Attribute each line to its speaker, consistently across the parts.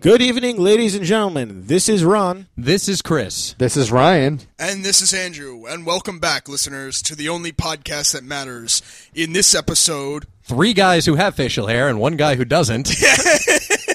Speaker 1: Good evening, ladies and gentlemen. This is Ron.
Speaker 2: This is Chris.
Speaker 3: This is Ryan.
Speaker 4: And this is Andrew, and welcome back, listeners, to the only podcast that matters. In this episode,
Speaker 2: Three guys who have facial hair and one guy who doesn't.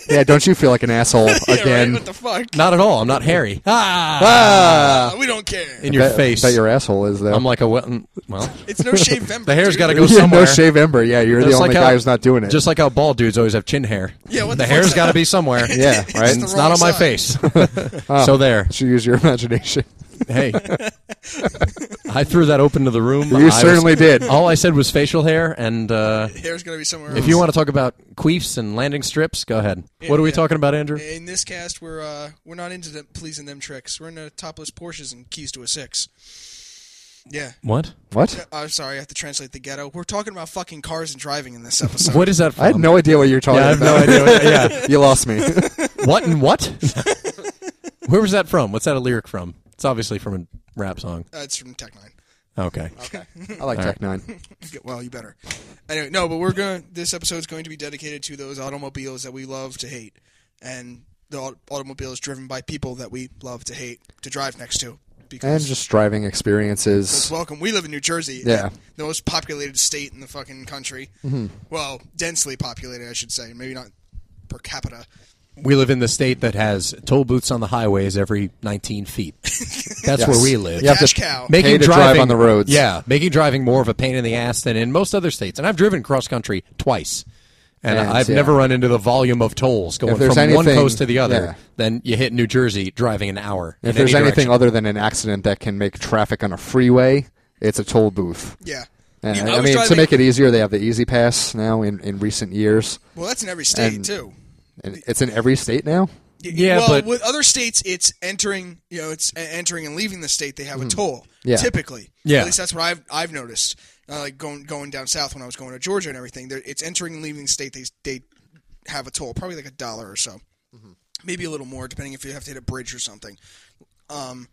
Speaker 3: Yeah, don't you feel like an asshole
Speaker 4: yeah, right,
Speaker 3: again?
Speaker 4: what the fuck?
Speaker 2: Not at all. I'm not hairy. Ah,
Speaker 3: ah,
Speaker 4: Uh, we don't care.
Speaker 2: in your
Speaker 3: bet,
Speaker 2: face.
Speaker 3: Bet your asshole is though.
Speaker 2: I'm like a well. well
Speaker 4: It's no shave Ember.
Speaker 2: the hair's
Speaker 4: dude.
Speaker 2: got to
Speaker 3: Yeah,
Speaker 2: go somewhere.
Speaker 3: no shave ember. Yeah, you're the
Speaker 2: Just
Speaker 3: only
Speaker 2: like
Speaker 3: guy
Speaker 2: how-
Speaker 3: who's not doing it.
Speaker 2: Just like how bald dudes always have chin hair.
Speaker 4: Yeah, what
Speaker 2: the,
Speaker 4: the
Speaker 2: hair's
Speaker 4: fuck's
Speaker 2: got to be somewhere.
Speaker 3: yeah, right. Ah.
Speaker 2: and
Speaker 4: the
Speaker 2: it's not
Speaker 4: wrong
Speaker 2: on my
Speaker 4: side.
Speaker 2: face. So there.
Speaker 3: Should use your imagination.
Speaker 2: Hey, I threw that open to the room. I
Speaker 3: You
Speaker 2: was- oh,
Speaker 3: certainly did.
Speaker 2: all I said was facial hair, and uh,
Speaker 4: hair's got to be somewhere.
Speaker 2: if you want to talk about queefs and landing strips, go ahead. what are we
Speaker 4: yeah.
Speaker 2: talking about, Andrew?
Speaker 4: in this cast, we're uh, we're not into them pleasing them tricks. We're into topless Porsches and keys to a six. Yeah,
Speaker 2: What?
Speaker 3: What?
Speaker 4: I'm sorry, I have to translate the ghetto. We're talking about fucking cars and driving in this episode.
Speaker 2: What is that? From?
Speaker 3: I had no idea what you were talking
Speaker 2: Yeah, I have no
Speaker 3: about.
Speaker 2: idea. What, yeah.
Speaker 3: you lost me.
Speaker 2: What and what? Where was that from? What's that a lyric from? It's obviously from a rap song.
Speaker 4: Uh, it's from Tech Nine.
Speaker 2: Okay.
Speaker 3: I like Tech Nine.
Speaker 4: Yeah, Well, you better. Anyway, no, but we're going. to This episode's going to be dedicated to those automobiles that we love to hate, and the au- automobiles driven by people that we love to hate to drive next to.
Speaker 3: And
Speaker 4: Because
Speaker 3: just driving experiences.
Speaker 4: welcome, we live in New Jersey.
Speaker 3: Yeah. Mm-hmm.
Speaker 4: the most populated state in the fucking country. Well, densely populated, I should say. Maybe not per capita.
Speaker 2: We live in the state that has toll booths on the highways every 19 feet. That's
Speaker 3: Yes.
Speaker 2: where we live.
Speaker 3: You have
Speaker 4: Cash
Speaker 3: to-
Speaker 4: cow.
Speaker 2: making
Speaker 3: Pay to drive
Speaker 2: driving
Speaker 3: on the roads.
Speaker 2: Yeah, making driving more of a pain in the ass than in most other states. And I've driven cross country twice, and
Speaker 3: And,
Speaker 2: I've
Speaker 3: yeah.
Speaker 2: never run into the volume of tolls going
Speaker 3: If
Speaker 2: from
Speaker 3: there's
Speaker 2: one
Speaker 3: anything-
Speaker 2: coast to the other.
Speaker 3: yeah.
Speaker 2: Then you hit New Jersey driving an hour.
Speaker 3: If
Speaker 2: in
Speaker 3: there's
Speaker 2: any
Speaker 3: anything
Speaker 2: direction.
Speaker 3: other than an accident that can make traffic on a freeway, it's a toll booth.
Speaker 4: Yeah.
Speaker 3: And,
Speaker 4: You-
Speaker 3: I,
Speaker 4: was
Speaker 3: mean, to
Speaker 4: driving-
Speaker 3: make it easier, they have the Easy Pass now in, in recent years.
Speaker 4: well, that's in every state
Speaker 3: and-
Speaker 4: too.
Speaker 3: And it's in every state now.
Speaker 4: Y-
Speaker 2: Yeah,
Speaker 4: well,
Speaker 2: but-
Speaker 4: with other states, it's entering. You know, it's uh, entering and leaving the state. They have a toll.
Speaker 3: Yeah.
Speaker 4: Typically.
Speaker 2: Mm-hmm. Yeah.
Speaker 4: At least that's what I've I've noticed. Uh, like going going down south when I was going to Georgia and everything. there- It's entering and leaving the state. They they have a toll, probably like a dollar or so,
Speaker 2: Mm-hmm.
Speaker 4: maybe a little more, depending if you have to hit a bridge or something. Um.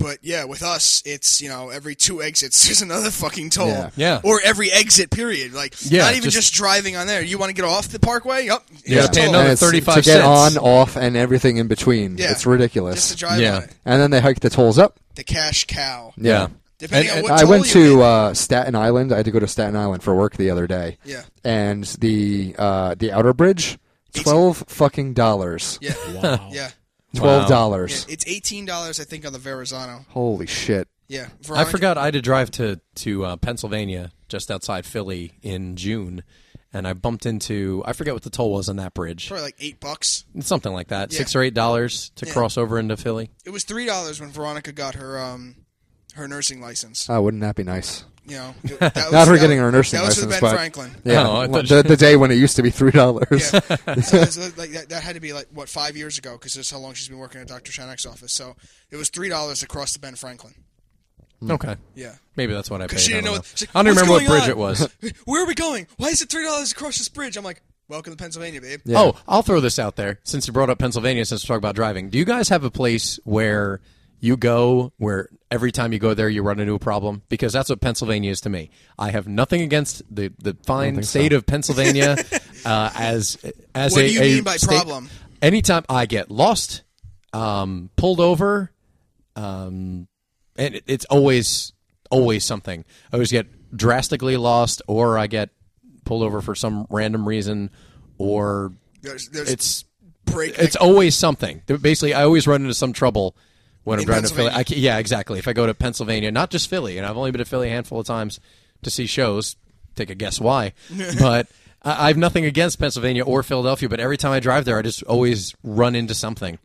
Speaker 4: But yeah, with us, it's you know every two exits there's another fucking toll,
Speaker 3: Yeah.
Speaker 2: Yeah.
Speaker 4: or every exit period. Like
Speaker 2: Yeah,
Speaker 4: not even just,
Speaker 2: just-
Speaker 4: driving on there. You want to get off the parkway? Yup.
Speaker 2: You gotta
Speaker 4: it's a
Speaker 2: pay
Speaker 4: toll.
Speaker 2: another
Speaker 3: And it's
Speaker 2: 35
Speaker 3: to get
Speaker 2: cents.
Speaker 3: on, off, and everything in between.
Speaker 4: Yeah.
Speaker 3: It's ridiculous.
Speaker 4: just to drive
Speaker 2: Yeah.
Speaker 4: on it.
Speaker 3: and then they hike the tolls up.
Speaker 4: the cash cow.
Speaker 2: yeah. And-
Speaker 4: Depending on
Speaker 2: and
Speaker 4: what
Speaker 3: I
Speaker 4: toll
Speaker 3: went
Speaker 4: you
Speaker 3: to
Speaker 4: hit.
Speaker 3: uh, Staten Island. I had to go to Staten Island for work the other day.
Speaker 4: Yeah.
Speaker 3: And the uh, the outer bridge, twelve fucking dollars.
Speaker 4: yeah,
Speaker 2: uh,
Speaker 5: Wow.
Speaker 4: yeah,
Speaker 3: Twelve
Speaker 4: yeah. e-
Speaker 3: dollars.
Speaker 4: It's eighteen dollars, I think, on the Verrazano.
Speaker 3: Holy shit.
Speaker 4: Yeah,
Speaker 2: I
Speaker 4: Veronica-
Speaker 2: forgot I had to drive to to uh, Pennsylvania just outside Philly in June, and I bumped into I forget what the toll was on that bridge,
Speaker 4: Probably like eight bucks.
Speaker 2: something like that,
Speaker 4: Yeah.
Speaker 2: six or eight dollars to cross over into Philly.
Speaker 4: It was three dollars when Veronica got her um her nursing license.
Speaker 3: Oh, wouldn't that be nice?
Speaker 4: You know, it- that was,
Speaker 3: Not her
Speaker 4: that
Speaker 3: getting
Speaker 4: was-
Speaker 3: her nursing
Speaker 4: that was
Speaker 3: license,
Speaker 4: with Ben
Speaker 3: but-
Speaker 4: Franklin.
Speaker 3: Yeah.
Speaker 2: Oh, I thought-
Speaker 3: the, the day when it used to be three dollars.
Speaker 4: Yeah, so, that's- that's like, that, that had to be like what five years ago because that's how long she's been working at Dr. Shanak's office. So it was three dollars across to Ben Franklin.
Speaker 2: Okay,
Speaker 4: Yeah,
Speaker 2: maybe that's what I paid.
Speaker 4: she
Speaker 2: I
Speaker 4: didn't
Speaker 2: don't
Speaker 4: know.
Speaker 2: know.
Speaker 4: she's like,
Speaker 2: I don't
Speaker 4: "What's
Speaker 2: remember what
Speaker 4: going
Speaker 2: bridge
Speaker 4: on?
Speaker 2: it was.
Speaker 4: Where are we going? Why is it three dollars across this bridge? I'm like, welcome to Pennsylvania, babe.
Speaker 2: Oh, I'll throw this out there since you brought up Pennsylvania. Since we're talking about driving, do you guys have a place where you go where every time you go there you run into a problem? Because that's what Pennsylvania is to me. I have nothing against the the fine state of Pennsylvania uh, as as
Speaker 4: What
Speaker 2: a,
Speaker 4: do you
Speaker 2: a
Speaker 4: mean by
Speaker 2: state-
Speaker 4: problem?
Speaker 2: Anytime I get lost, um, pulled over, um, and it- it's always always something. I always get drastically lost, or I get pulled over for some random reason, or
Speaker 4: There's, there's
Speaker 2: it's
Speaker 4: break.
Speaker 2: it's always something. They're Basically, I always run into some trouble when I'm
Speaker 4: In
Speaker 2: driving to Philly.
Speaker 4: Pennsylvania.
Speaker 2: I, ca- yeah, exactly. If I go to Pennsylvania, not just Philly, and I've only been to Philly a handful of times to see shows. Take a guess why, but. I I have nothing against Pennsylvania or Philadelphia, but every time I drive there, I just always run into something.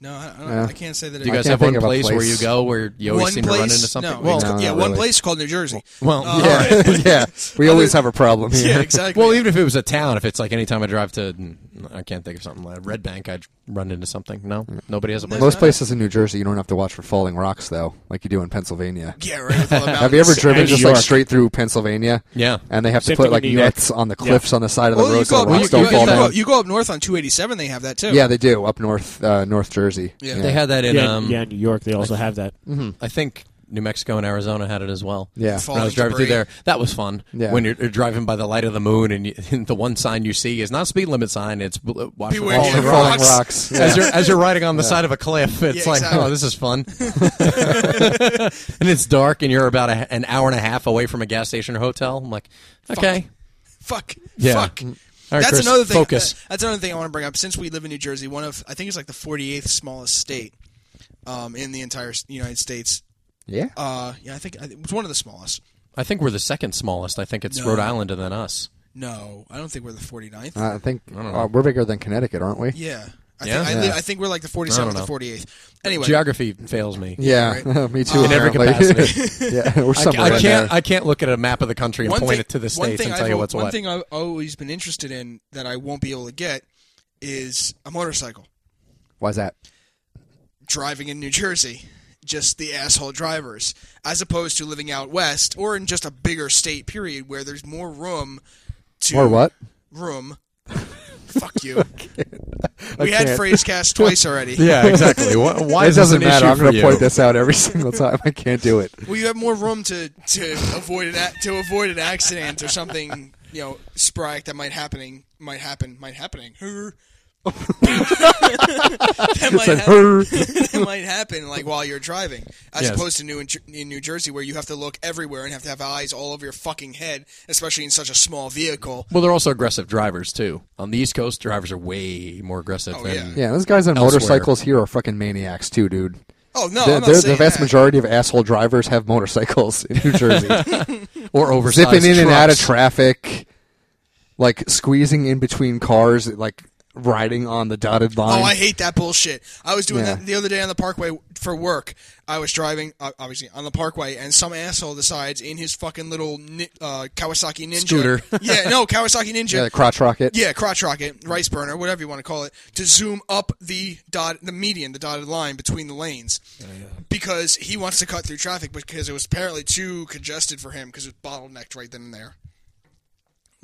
Speaker 4: No, I, I, don't, I can't say that.
Speaker 2: Do you guys
Speaker 3: can't
Speaker 2: have one
Speaker 3: think of a
Speaker 2: place, where
Speaker 3: place.
Speaker 2: you go where you always seem to run into something?
Speaker 4: No,
Speaker 2: well,
Speaker 4: it's-
Speaker 3: No,
Speaker 4: yeah,
Speaker 3: not
Speaker 4: one
Speaker 3: really.
Speaker 4: place called New Jersey.
Speaker 2: well,
Speaker 4: Uh,
Speaker 2: yeah.
Speaker 3: Yeah. yeah. We always have a problem here.
Speaker 4: yeah, exactly.
Speaker 2: well, even if it was a town, if it's like any time I drive to, I can't think of something like Red Bank, I'd run into something. No, nobody has a place.
Speaker 3: Most places in New Jersey, you don't have to watch for falling rocks though, like you do in Pennsylvania.
Speaker 4: yeah, right. With all the
Speaker 3: Have you ever
Speaker 4: mountains.
Speaker 3: driven
Speaker 5: And
Speaker 3: just
Speaker 5: New
Speaker 3: like
Speaker 5: York.
Speaker 3: straight through Pennsylvania?
Speaker 2: Yeah.
Speaker 3: And they have to
Speaker 5: Same
Speaker 3: put
Speaker 5: thing
Speaker 3: like
Speaker 5: in New York.
Speaker 3: nets on the cliffs on the side of the
Speaker 4: Well,
Speaker 3: road
Speaker 4: you
Speaker 3: so
Speaker 4: go,
Speaker 3: the
Speaker 4: up,
Speaker 3: rocks
Speaker 4: you,
Speaker 3: don't
Speaker 4: go,
Speaker 3: fall
Speaker 4: you go-
Speaker 3: down.
Speaker 4: you go up north on 287. They have that too.
Speaker 3: Yeah, they do up north, uh, North Jersey.
Speaker 4: Yeah.
Speaker 2: They had that in
Speaker 5: yeah,
Speaker 2: um,
Speaker 5: yeah, New York. They also have that.
Speaker 2: I think New Mexico and Arizona had it as well.
Speaker 3: Yeah.
Speaker 2: When I was driving
Speaker 4: Falling debris.
Speaker 2: through there, that was fun.
Speaker 3: Yeah.
Speaker 2: When you're, you're driving by the light of the moon, and, you, and the one sign you see is not a speed limit sign; it's bl- uh, watch for
Speaker 4: Beware
Speaker 2: falling
Speaker 4: the
Speaker 2: rocks.
Speaker 3: falling rocks.
Speaker 4: rocks.
Speaker 3: Yeah.
Speaker 2: As you're as you're riding on the side of a cliff, it's
Speaker 4: Yeah,
Speaker 2: like,
Speaker 4: exactly.
Speaker 2: oh, this is fun. and it's dark, and you're about a, an hour and a half away from a gas station or hotel. I'm like, okay,
Speaker 4: Fuck.
Speaker 2: Yeah.
Speaker 4: Fuck.
Speaker 2: Mm. All right,
Speaker 4: that's
Speaker 2: Chris,
Speaker 4: another thing.
Speaker 2: Focus.
Speaker 4: that- that's another thing I want to bring up. Since we live in New Jersey, one of I think it's like the 48th smallest state um, in the entire s- United States.
Speaker 3: yeah.
Speaker 4: Uh, yeah, I think I- it was one of the smallest.
Speaker 2: I think we're the second smallest. I think it's
Speaker 4: No.
Speaker 2: Rhode Island and then us.
Speaker 4: No, I don't think we're the 49th.
Speaker 3: I think uh, we're bigger than Connecticut, aren't we?
Speaker 4: yeah. I,
Speaker 2: Yeah?
Speaker 4: Think, I, li-
Speaker 3: Yeah.
Speaker 4: I think we're like the
Speaker 2: I
Speaker 4: 47th
Speaker 2: don't
Speaker 4: or
Speaker 2: know.
Speaker 4: 48th. Anyway,
Speaker 2: Geography fails me.
Speaker 3: Yeah,
Speaker 4: Right.
Speaker 3: me too.
Speaker 2: In every
Speaker 3: apparently.
Speaker 2: capacity.
Speaker 3: yeah, we're
Speaker 2: I, ca-
Speaker 3: somewhere
Speaker 2: I
Speaker 3: in
Speaker 2: can't.
Speaker 3: there.
Speaker 2: I can't look at a map of the country and point
Speaker 4: thing-
Speaker 2: it to the
Speaker 4: one
Speaker 2: states
Speaker 4: thing
Speaker 2: and
Speaker 4: I've
Speaker 2: tell you
Speaker 4: al-
Speaker 2: what's
Speaker 4: one
Speaker 2: what.
Speaker 4: thing I've always been interested in that I won't be able to get is a motorcycle.
Speaker 3: Why's that?
Speaker 4: driving in New Jersey, just the asshole drivers, as opposed to living out west or in just a bigger state period where there's more room to
Speaker 3: Or what?
Speaker 4: room. Fuck you. we had
Speaker 3: can't.
Speaker 4: phrase cast twice already.
Speaker 2: Yeah, exactly. Why, why
Speaker 3: it
Speaker 2: is this
Speaker 3: doesn't
Speaker 2: an
Speaker 3: matter.
Speaker 2: issue
Speaker 3: I'm going
Speaker 2: for
Speaker 3: to
Speaker 2: you?
Speaker 3: point this out every single time. I can't do it.
Speaker 4: Well, you have more room to, to avoid an ac- to avoid an accident or something you know sporadic that might happening might happen might happening. Her. that might
Speaker 3: Said,
Speaker 4: happen.
Speaker 3: "Her."
Speaker 4: that might happen like while you're driving, as
Speaker 2: Yes.
Speaker 4: opposed to New in, in New Jersey where you have to look everywhere and have to have eyes all over your fucking head, especially in such a small vehicle.
Speaker 2: Well, they're also aggressive drivers too. On the East Coast, drivers are way more aggressive
Speaker 4: Oh,
Speaker 2: than
Speaker 4: yeah.
Speaker 3: Yeah, those guys on
Speaker 2: Elsewhere.
Speaker 3: motorcycles here are fucking maniacs too, dude.
Speaker 4: Oh no,
Speaker 3: They're-
Speaker 4: I'm not
Speaker 3: they're- the
Speaker 4: saying
Speaker 3: vast
Speaker 4: that.
Speaker 3: majority of asshole drivers have motorcycles in New Jersey,
Speaker 2: or oversized
Speaker 3: zipping in and out of
Speaker 2: trucks.
Speaker 3: traffic, like squeezing in between cars, like riding on the dotted line.
Speaker 4: Oh, I hate that bullshit. I was doing
Speaker 3: Yeah.
Speaker 4: that the other day on the parkway for work. I was driving, uh, obviously, on the parkway, and some asshole decides in his fucking little ni- uh, Kawasaki Ninja.
Speaker 2: Scooter.
Speaker 4: yeah, no, Kawasaki
Speaker 3: yeah,
Speaker 4: Ninja.
Speaker 3: the crotch rocket.
Speaker 4: Yeah, crotch rocket, rice burner, whatever you want to call it, to zoom up the dot, the median, the dotted line between the lanes,
Speaker 3: Oh,
Speaker 4: because he wants to cut through traffic because it was apparently too congested for him because it was bottlenecked right then and there.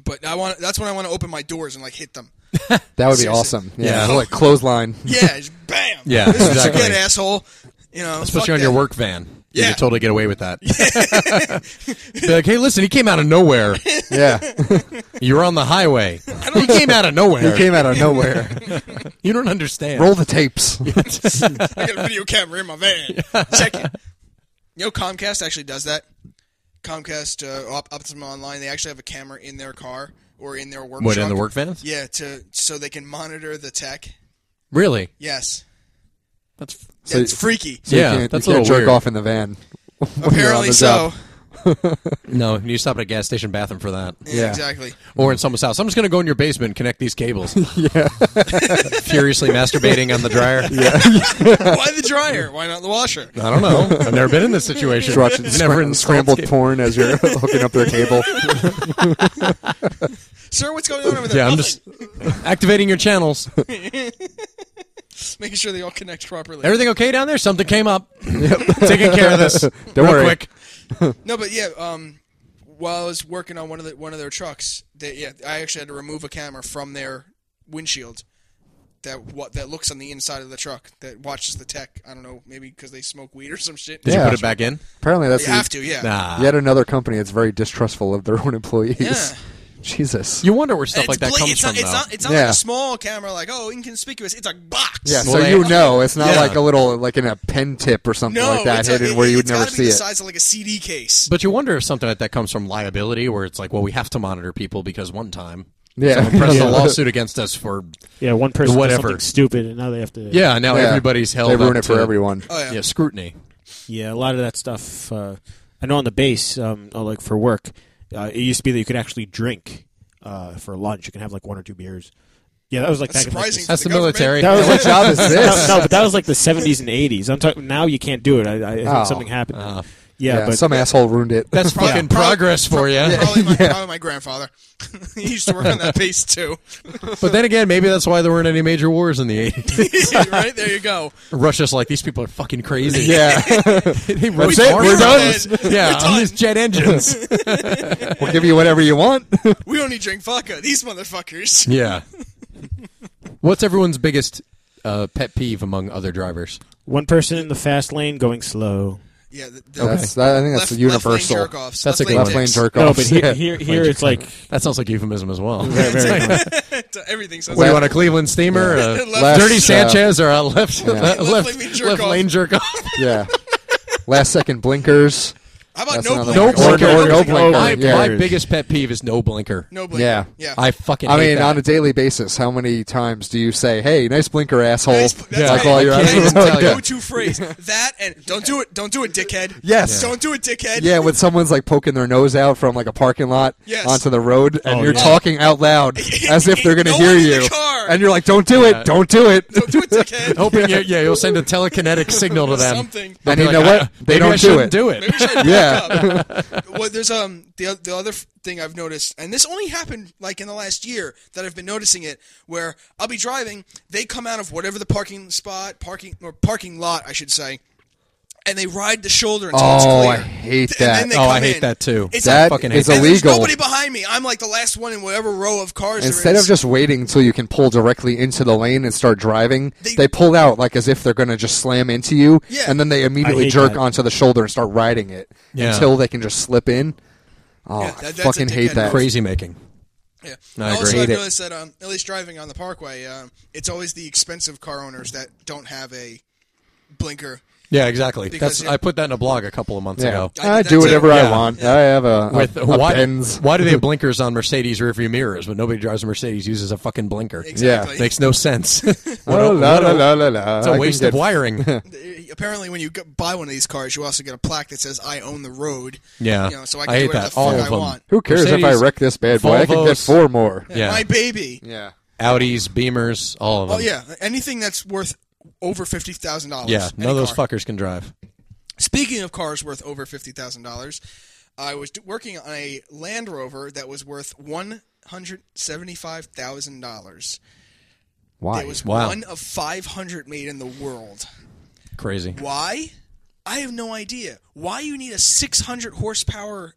Speaker 4: But I want that's when I want to open my doors and like hit them.
Speaker 3: that would be
Speaker 4: seriously.
Speaker 3: awesome.
Speaker 2: Yeah.
Speaker 3: Yeah, like clothesline.
Speaker 4: Yeah, just bam.
Speaker 2: Yeah,
Speaker 4: this is
Speaker 2: exactly.
Speaker 4: a good asshole. You know, fuck
Speaker 2: Especially on
Speaker 4: that.
Speaker 2: your work van. You
Speaker 4: Yeah.
Speaker 2: could totally get away with that. Be like, hey, listen, he came out of nowhere.
Speaker 3: Yeah,
Speaker 2: You were on the highway. He came out of nowhere.
Speaker 3: he came out of nowhere.
Speaker 2: You don't understand.
Speaker 3: Roll the tapes.
Speaker 4: I got a video camera in my van. Check it. You know, Comcast actually does that. Comcast, uh, Op- Optimum Online, they actually have a camera in their car or in their work.
Speaker 2: what in
Speaker 4: truck.
Speaker 2: the work vans?
Speaker 4: Yeah, to so they can monitor the tech.
Speaker 2: Really?
Speaker 4: Yes,
Speaker 2: That's
Speaker 4: yeah, it's freaky.
Speaker 3: So you
Speaker 2: Yeah,
Speaker 3: can't- you
Speaker 2: that's a
Speaker 3: can't
Speaker 2: little
Speaker 3: jerk
Speaker 2: weird.
Speaker 3: off in the van. when you're on
Speaker 4: Apparently
Speaker 3: the
Speaker 4: so.
Speaker 3: job.
Speaker 2: no. You stop at a gas station bathroom for that,
Speaker 4: Yeah,
Speaker 3: Yeah.
Speaker 4: exactly.
Speaker 2: or in someone's house. I'm just going to go in your basement and connect these cables. yeah. Furiously masturbating on the dryer. Yeah.
Speaker 4: Why the dryer? Why not the washer?
Speaker 2: I don't know. I've never been in this situation.
Speaker 3: Just watching
Speaker 2: never
Speaker 3: scram-
Speaker 2: installed
Speaker 3: scrambled
Speaker 2: cable.
Speaker 3: porn as you're hooking up their cable.
Speaker 4: Sir, what's going on over there?
Speaker 2: Yeah, I'm
Speaker 4: Nothing.
Speaker 2: just activating your channels.
Speaker 4: making sure they all connect properly.
Speaker 2: Everything okay down there? Something came up. Taking care of this.
Speaker 3: Don't
Speaker 2: Real
Speaker 3: worry.
Speaker 2: quick.
Speaker 4: No, but yeah, um, while I was working on one of the one of their trucks, they, yeah, I actually had to remove a camera from their windshield that what that looks on the inside of the truck that watches the tech. I don't know, maybe because they smoke weed or some shit.
Speaker 2: Did
Speaker 3: Yeah.
Speaker 2: you put it back in?
Speaker 3: Apparently, that's
Speaker 4: You
Speaker 3: the-
Speaker 4: have to, yeah.
Speaker 2: Nah.
Speaker 3: yet another company that's very distrustful of their own employees.
Speaker 4: Yeah.
Speaker 3: Jesus.
Speaker 2: You wonder where
Speaker 4: And
Speaker 2: stuff
Speaker 4: it's
Speaker 2: like that
Speaker 4: bla-
Speaker 2: comes
Speaker 4: it's
Speaker 2: from,
Speaker 4: not, it's
Speaker 2: though.
Speaker 4: not, it's not like
Speaker 3: Yeah.
Speaker 4: a small camera, like oh, inconspicuous. It's a box.
Speaker 3: yeah,
Speaker 2: Well,
Speaker 3: so
Speaker 2: they-
Speaker 3: you know it's not
Speaker 2: Yeah.
Speaker 3: like a little like in a pen tip or something
Speaker 4: No,
Speaker 3: like that
Speaker 4: it's
Speaker 3: hidden
Speaker 4: a, it-
Speaker 3: where you would
Speaker 4: it's
Speaker 3: never
Speaker 4: gotta be
Speaker 3: see
Speaker 4: the
Speaker 3: it.
Speaker 4: size of like a CD case.
Speaker 2: But you wonder if something like that comes from liability, where it's like, well, we have to monitor people because one time
Speaker 3: Yeah,
Speaker 2: pressed a
Speaker 3: Yeah.
Speaker 2: lawsuit against us for
Speaker 1: Yeah, one person
Speaker 2: Whatever.
Speaker 1: does something stupid, and now they have to.
Speaker 2: yeah. Now
Speaker 3: Yeah.
Speaker 2: everybody's held.
Speaker 3: They ruin
Speaker 2: up
Speaker 3: it for
Speaker 2: to-
Speaker 3: everyone.
Speaker 4: oh yeah.
Speaker 2: Yeah, scrutiny.
Speaker 1: Yeah, a lot of that stuff. Uh, I know on the base, um, uh, like for work, uh, it used to be that you could actually drink uh, for lunch. You can have like one or two beers. Yeah, that was like
Speaker 4: That's
Speaker 1: back in, like, the-
Speaker 4: surprising.
Speaker 2: That's
Speaker 4: the
Speaker 2: the,
Speaker 4: government-
Speaker 2: military.
Speaker 1: That was
Speaker 3: What
Speaker 1: like
Speaker 3: job is this?
Speaker 1: no, no, but that was like the seventies and eighties. I'm talking now. You can't do it. I, I, I think
Speaker 3: Oh.
Speaker 1: something happened.
Speaker 2: Oh.
Speaker 1: yeah,
Speaker 3: Yeah,
Speaker 1: but
Speaker 3: some asshole ruined it.
Speaker 2: That's fucking
Speaker 4: Prob-
Speaker 2: progress for
Speaker 4: prob-
Speaker 2: you.
Speaker 4: Probably, my, probably my grandfather. he used to work on that base too.
Speaker 2: But then again, maybe that's why there weren't any major wars in the 80s.
Speaker 4: right there, you go.
Speaker 2: Russia's like, these people are fucking crazy.
Speaker 3: yeah,
Speaker 2: they That's
Speaker 3: it,
Speaker 4: we're done.
Speaker 2: Yeah,
Speaker 4: We're
Speaker 2: on
Speaker 4: done.
Speaker 2: these jet engines.
Speaker 3: we'll give you whatever you want.
Speaker 4: We only drink vodka. These motherfuckers.
Speaker 2: yeah. What's everyone's biggest uh, pet peeve among other drivers?
Speaker 1: one person in the fast lane going slow.
Speaker 4: Yeah, the, the
Speaker 3: That's that, I think that's
Speaker 4: left,
Speaker 3: universal.
Speaker 4: Left lane jerk-offs.
Speaker 2: That's
Speaker 4: left
Speaker 2: a good
Speaker 4: lane
Speaker 3: Left lane
Speaker 4: dicks.
Speaker 3: jerk
Speaker 1: No,
Speaker 3: off.
Speaker 1: but here, here, here it's like
Speaker 2: That sounds like euphemism as well.
Speaker 1: very, very much.
Speaker 4: Everything says
Speaker 2: What do you
Speaker 4: that.
Speaker 2: want, a Cleveland steamer? A
Speaker 4: Left-
Speaker 2: Dirty
Speaker 3: uh,
Speaker 2: Sanchez or a left, left,
Speaker 4: Left lane
Speaker 2: left,
Speaker 4: jerk off.
Speaker 2: lane jerk off?
Speaker 3: yeah. Last second blinkers.
Speaker 4: How about
Speaker 3: That's
Speaker 4: no
Speaker 3: another
Speaker 4: blinkers?
Speaker 2: No Oh,
Speaker 3: one.
Speaker 2: blinker.
Speaker 3: Or- or no
Speaker 2: My- My,
Speaker 3: blinker, yeah.
Speaker 2: biggest pet peeve is no blinker.
Speaker 4: No blinker.
Speaker 3: Yeah.
Speaker 4: yeah.
Speaker 2: I fucking
Speaker 3: I
Speaker 2: hate
Speaker 3: mean,
Speaker 2: that.
Speaker 3: on a daily basis, how many times do you say, "Hey, nice blinker, asshole"?
Speaker 4: Nice- that's
Speaker 3: like
Speaker 4: right.
Speaker 3: while you're
Speaker 4: That
Speaker 3: out
Speaker 4: is
Speaker 3: of
Speaker 4: the
Speaker 3: the yeah.
Speaker 4: go-to phrase. That and don't do it. Don't do it, dickhead.
Speaker 3: Yes.
Speaker 4: Don't do it, dickhead.
Speaker 3: yeah, when someone's like poking their nose out from like a parking lot
Speaker 4: Yes.
Speaker 3: onto the road, and
Speaker 1: Oh,
Speaker 3: you're
Speaker 1: yeah.
Speaker 3: talking out loud as if they're going to
Speaker 4: No
Speaker 3: hear
Speaker 4: one's in the
Speaker 3: you,
Speaker 4: car.
Speaker 3: and you're like, "Don't do it! Don't do it!"
Speaker 4: Don't do it, dickhead.
Speaker 2: Hoping you, yeah, you'll send a telekinetic signal to them.
Speaker 4: Something.
Speaker 2: They'll
Speaker 3: And
Speaker 2: be
Speaker 3: you know
Speaker 2: I-
Speaker 3: what? They
Speaker 2: maybe
Speaker 3: don't
Speaker 2: I
Speaker 3: do
Speaker 2: shouldn't
Speaker 3: it.
Speaker 2: do it.
Speaker 4: Maybe we
Speaker 3: Yeah.
Speaker 4: should back up. well, there's um the o- the other f- thing I've noticed, and this only happened like in the last year that I've been noticing it, where I'll be driving, they come out of whatever the parking spot, parking or parking lot, I should say, and they ride the shoulder until it's
Speaker 3: Oh,
Speaker 4: clear.
Speaker 3: I hate
Speaker 4: Th- and
Speaker 3: that.
Speaker 4: then they
Speaker 2: Oh, I
Speaker 4: come
Speaker 2: hate
Speaker 4: in.
Speaker 2: that too.
Speaker 4: It's
Speaker 3: That
Speaker 4: like,
Speaker 2: fucking
Speaker 3: is
Speaker 2: hate
Speaker 4: and there's
Speaker 3: illegal.
Speaker 4: nobody behind me. I'm like the last one in whatever row of cars.
Speaker 3: Instead
Speaker 4: there
Speaker 3: of
Speaker 4: is.
Speaker 3: just waiting until you can pull directly into the lane and start driving,
Speaker 4: They-
Speaker 3: they, pull out like as if they're going to just slam into you,
Speaker 4: Yeah.
Speaker 3: and then they
Speaker 1: I
Speaker 3: immediately
Speaker 1: hate
Speaker 3: jerk
Speaker 1: that.
Speaker 3: onto the shoulder and start riding it
Speaker 2: Yeah.
Speaker 3: until they can just slip in. Oh,
Speaker 4: Yeah, that- that's a
Speaker 3: I fucking hate
Speaker 4: dickhead
Speaker 3: that.
Speaker 2: Crazy making.
Speaker 4: Yeah.
Speaker 2: No, I
Speaker 4: also,
Speaker 2: agree.
Speaker 4: I've
Speaker 2: Hate it.
Speaker 4: noticed that um, at least driving on the parkway, um, it's always the expensive car owners that don't have a blinker.
Speaker 2: Yeah, exactly.
Speaker 4: Because
Speaker 2: That's
Speaker 4: you're-
Speaker 2: I put that in a blog a couple of months
Speaker 3: Yeah,
Speaker 2: ago.
Speaker 4: I
Speaker 3: I,
Speaker 4: did that
Speaker 3: do whatever
Speaker 4: too.
Speaker 3: I
Speaker 2: Yeah.
Speaker 3: want. I have a,
Speaker 2: With
Speaker 3: a, a
Speaker 2: why,
Speaker 3: Benz.
Speaker 2: why do they have blinkers on Mercedes rearview mirrors when nobody drives a Mercedes uses a fucking blinker?
Speaker 4: Exactly.
Speaker 2: Makes no sense. What a-
Speaker 3: Oh, la,
Speaker 2: what
Speaker 3: la,
Speaker 2: a-
Speaker 3: la, la, la.
Speaker 2: It's
Speaker 3: I
Speaker 2: a
Speaker 3: can
Speaker 2: waste
Speaker 3: get-
Speaker 2: of wiring.
Speaker 4: Uh, Apparently, when you go- buy one of these cars, you also get a plaque that says "I own the road."
Speaker 2: Yeah.
Speaker 4: You know, so I
Speaker 2: I
Speaker 4: can
Speaker 2: hate
Speaker 4: do whatever
Speaker 2: that.
Speaker 4: the
Speaker 2: All
Speaker 4: fuck
Speaker 2: of
Speaker 4: I
Speaker 2: them.
Speaker 4: want.
Speaker 3: Who cares if
Speaker 2: Mercedes,
Speaker 3: I wreck this bad boy? I can get
Speaker 2: Volvos.
Speaker 3: four more. Yeah.
Speaker 2: Yeah.
Speaker 4: My baby.
Speaker 3: yeah.
Speaker 2: Audis, Beamers, all of them.
Speaker 4: Oh yeah, anything that's worth over fifty thousand dollars.
Speaker 2: Yeah, none of those fuckers can drive.
Speaker 4: Speaking of cars worth over fifty thousand dollars, I was d- working on a Land Rover that was worth one hundred seventy-five thousand dollars.
Speaker 3: Why?
Speaker 4: It was
Speaker 2: Wow.
Speaker 4: one of five hundred made in the world.
Speaker 2: Crazy.
Speaker 4: Why? I have no idea. Why you need a 600 horsepower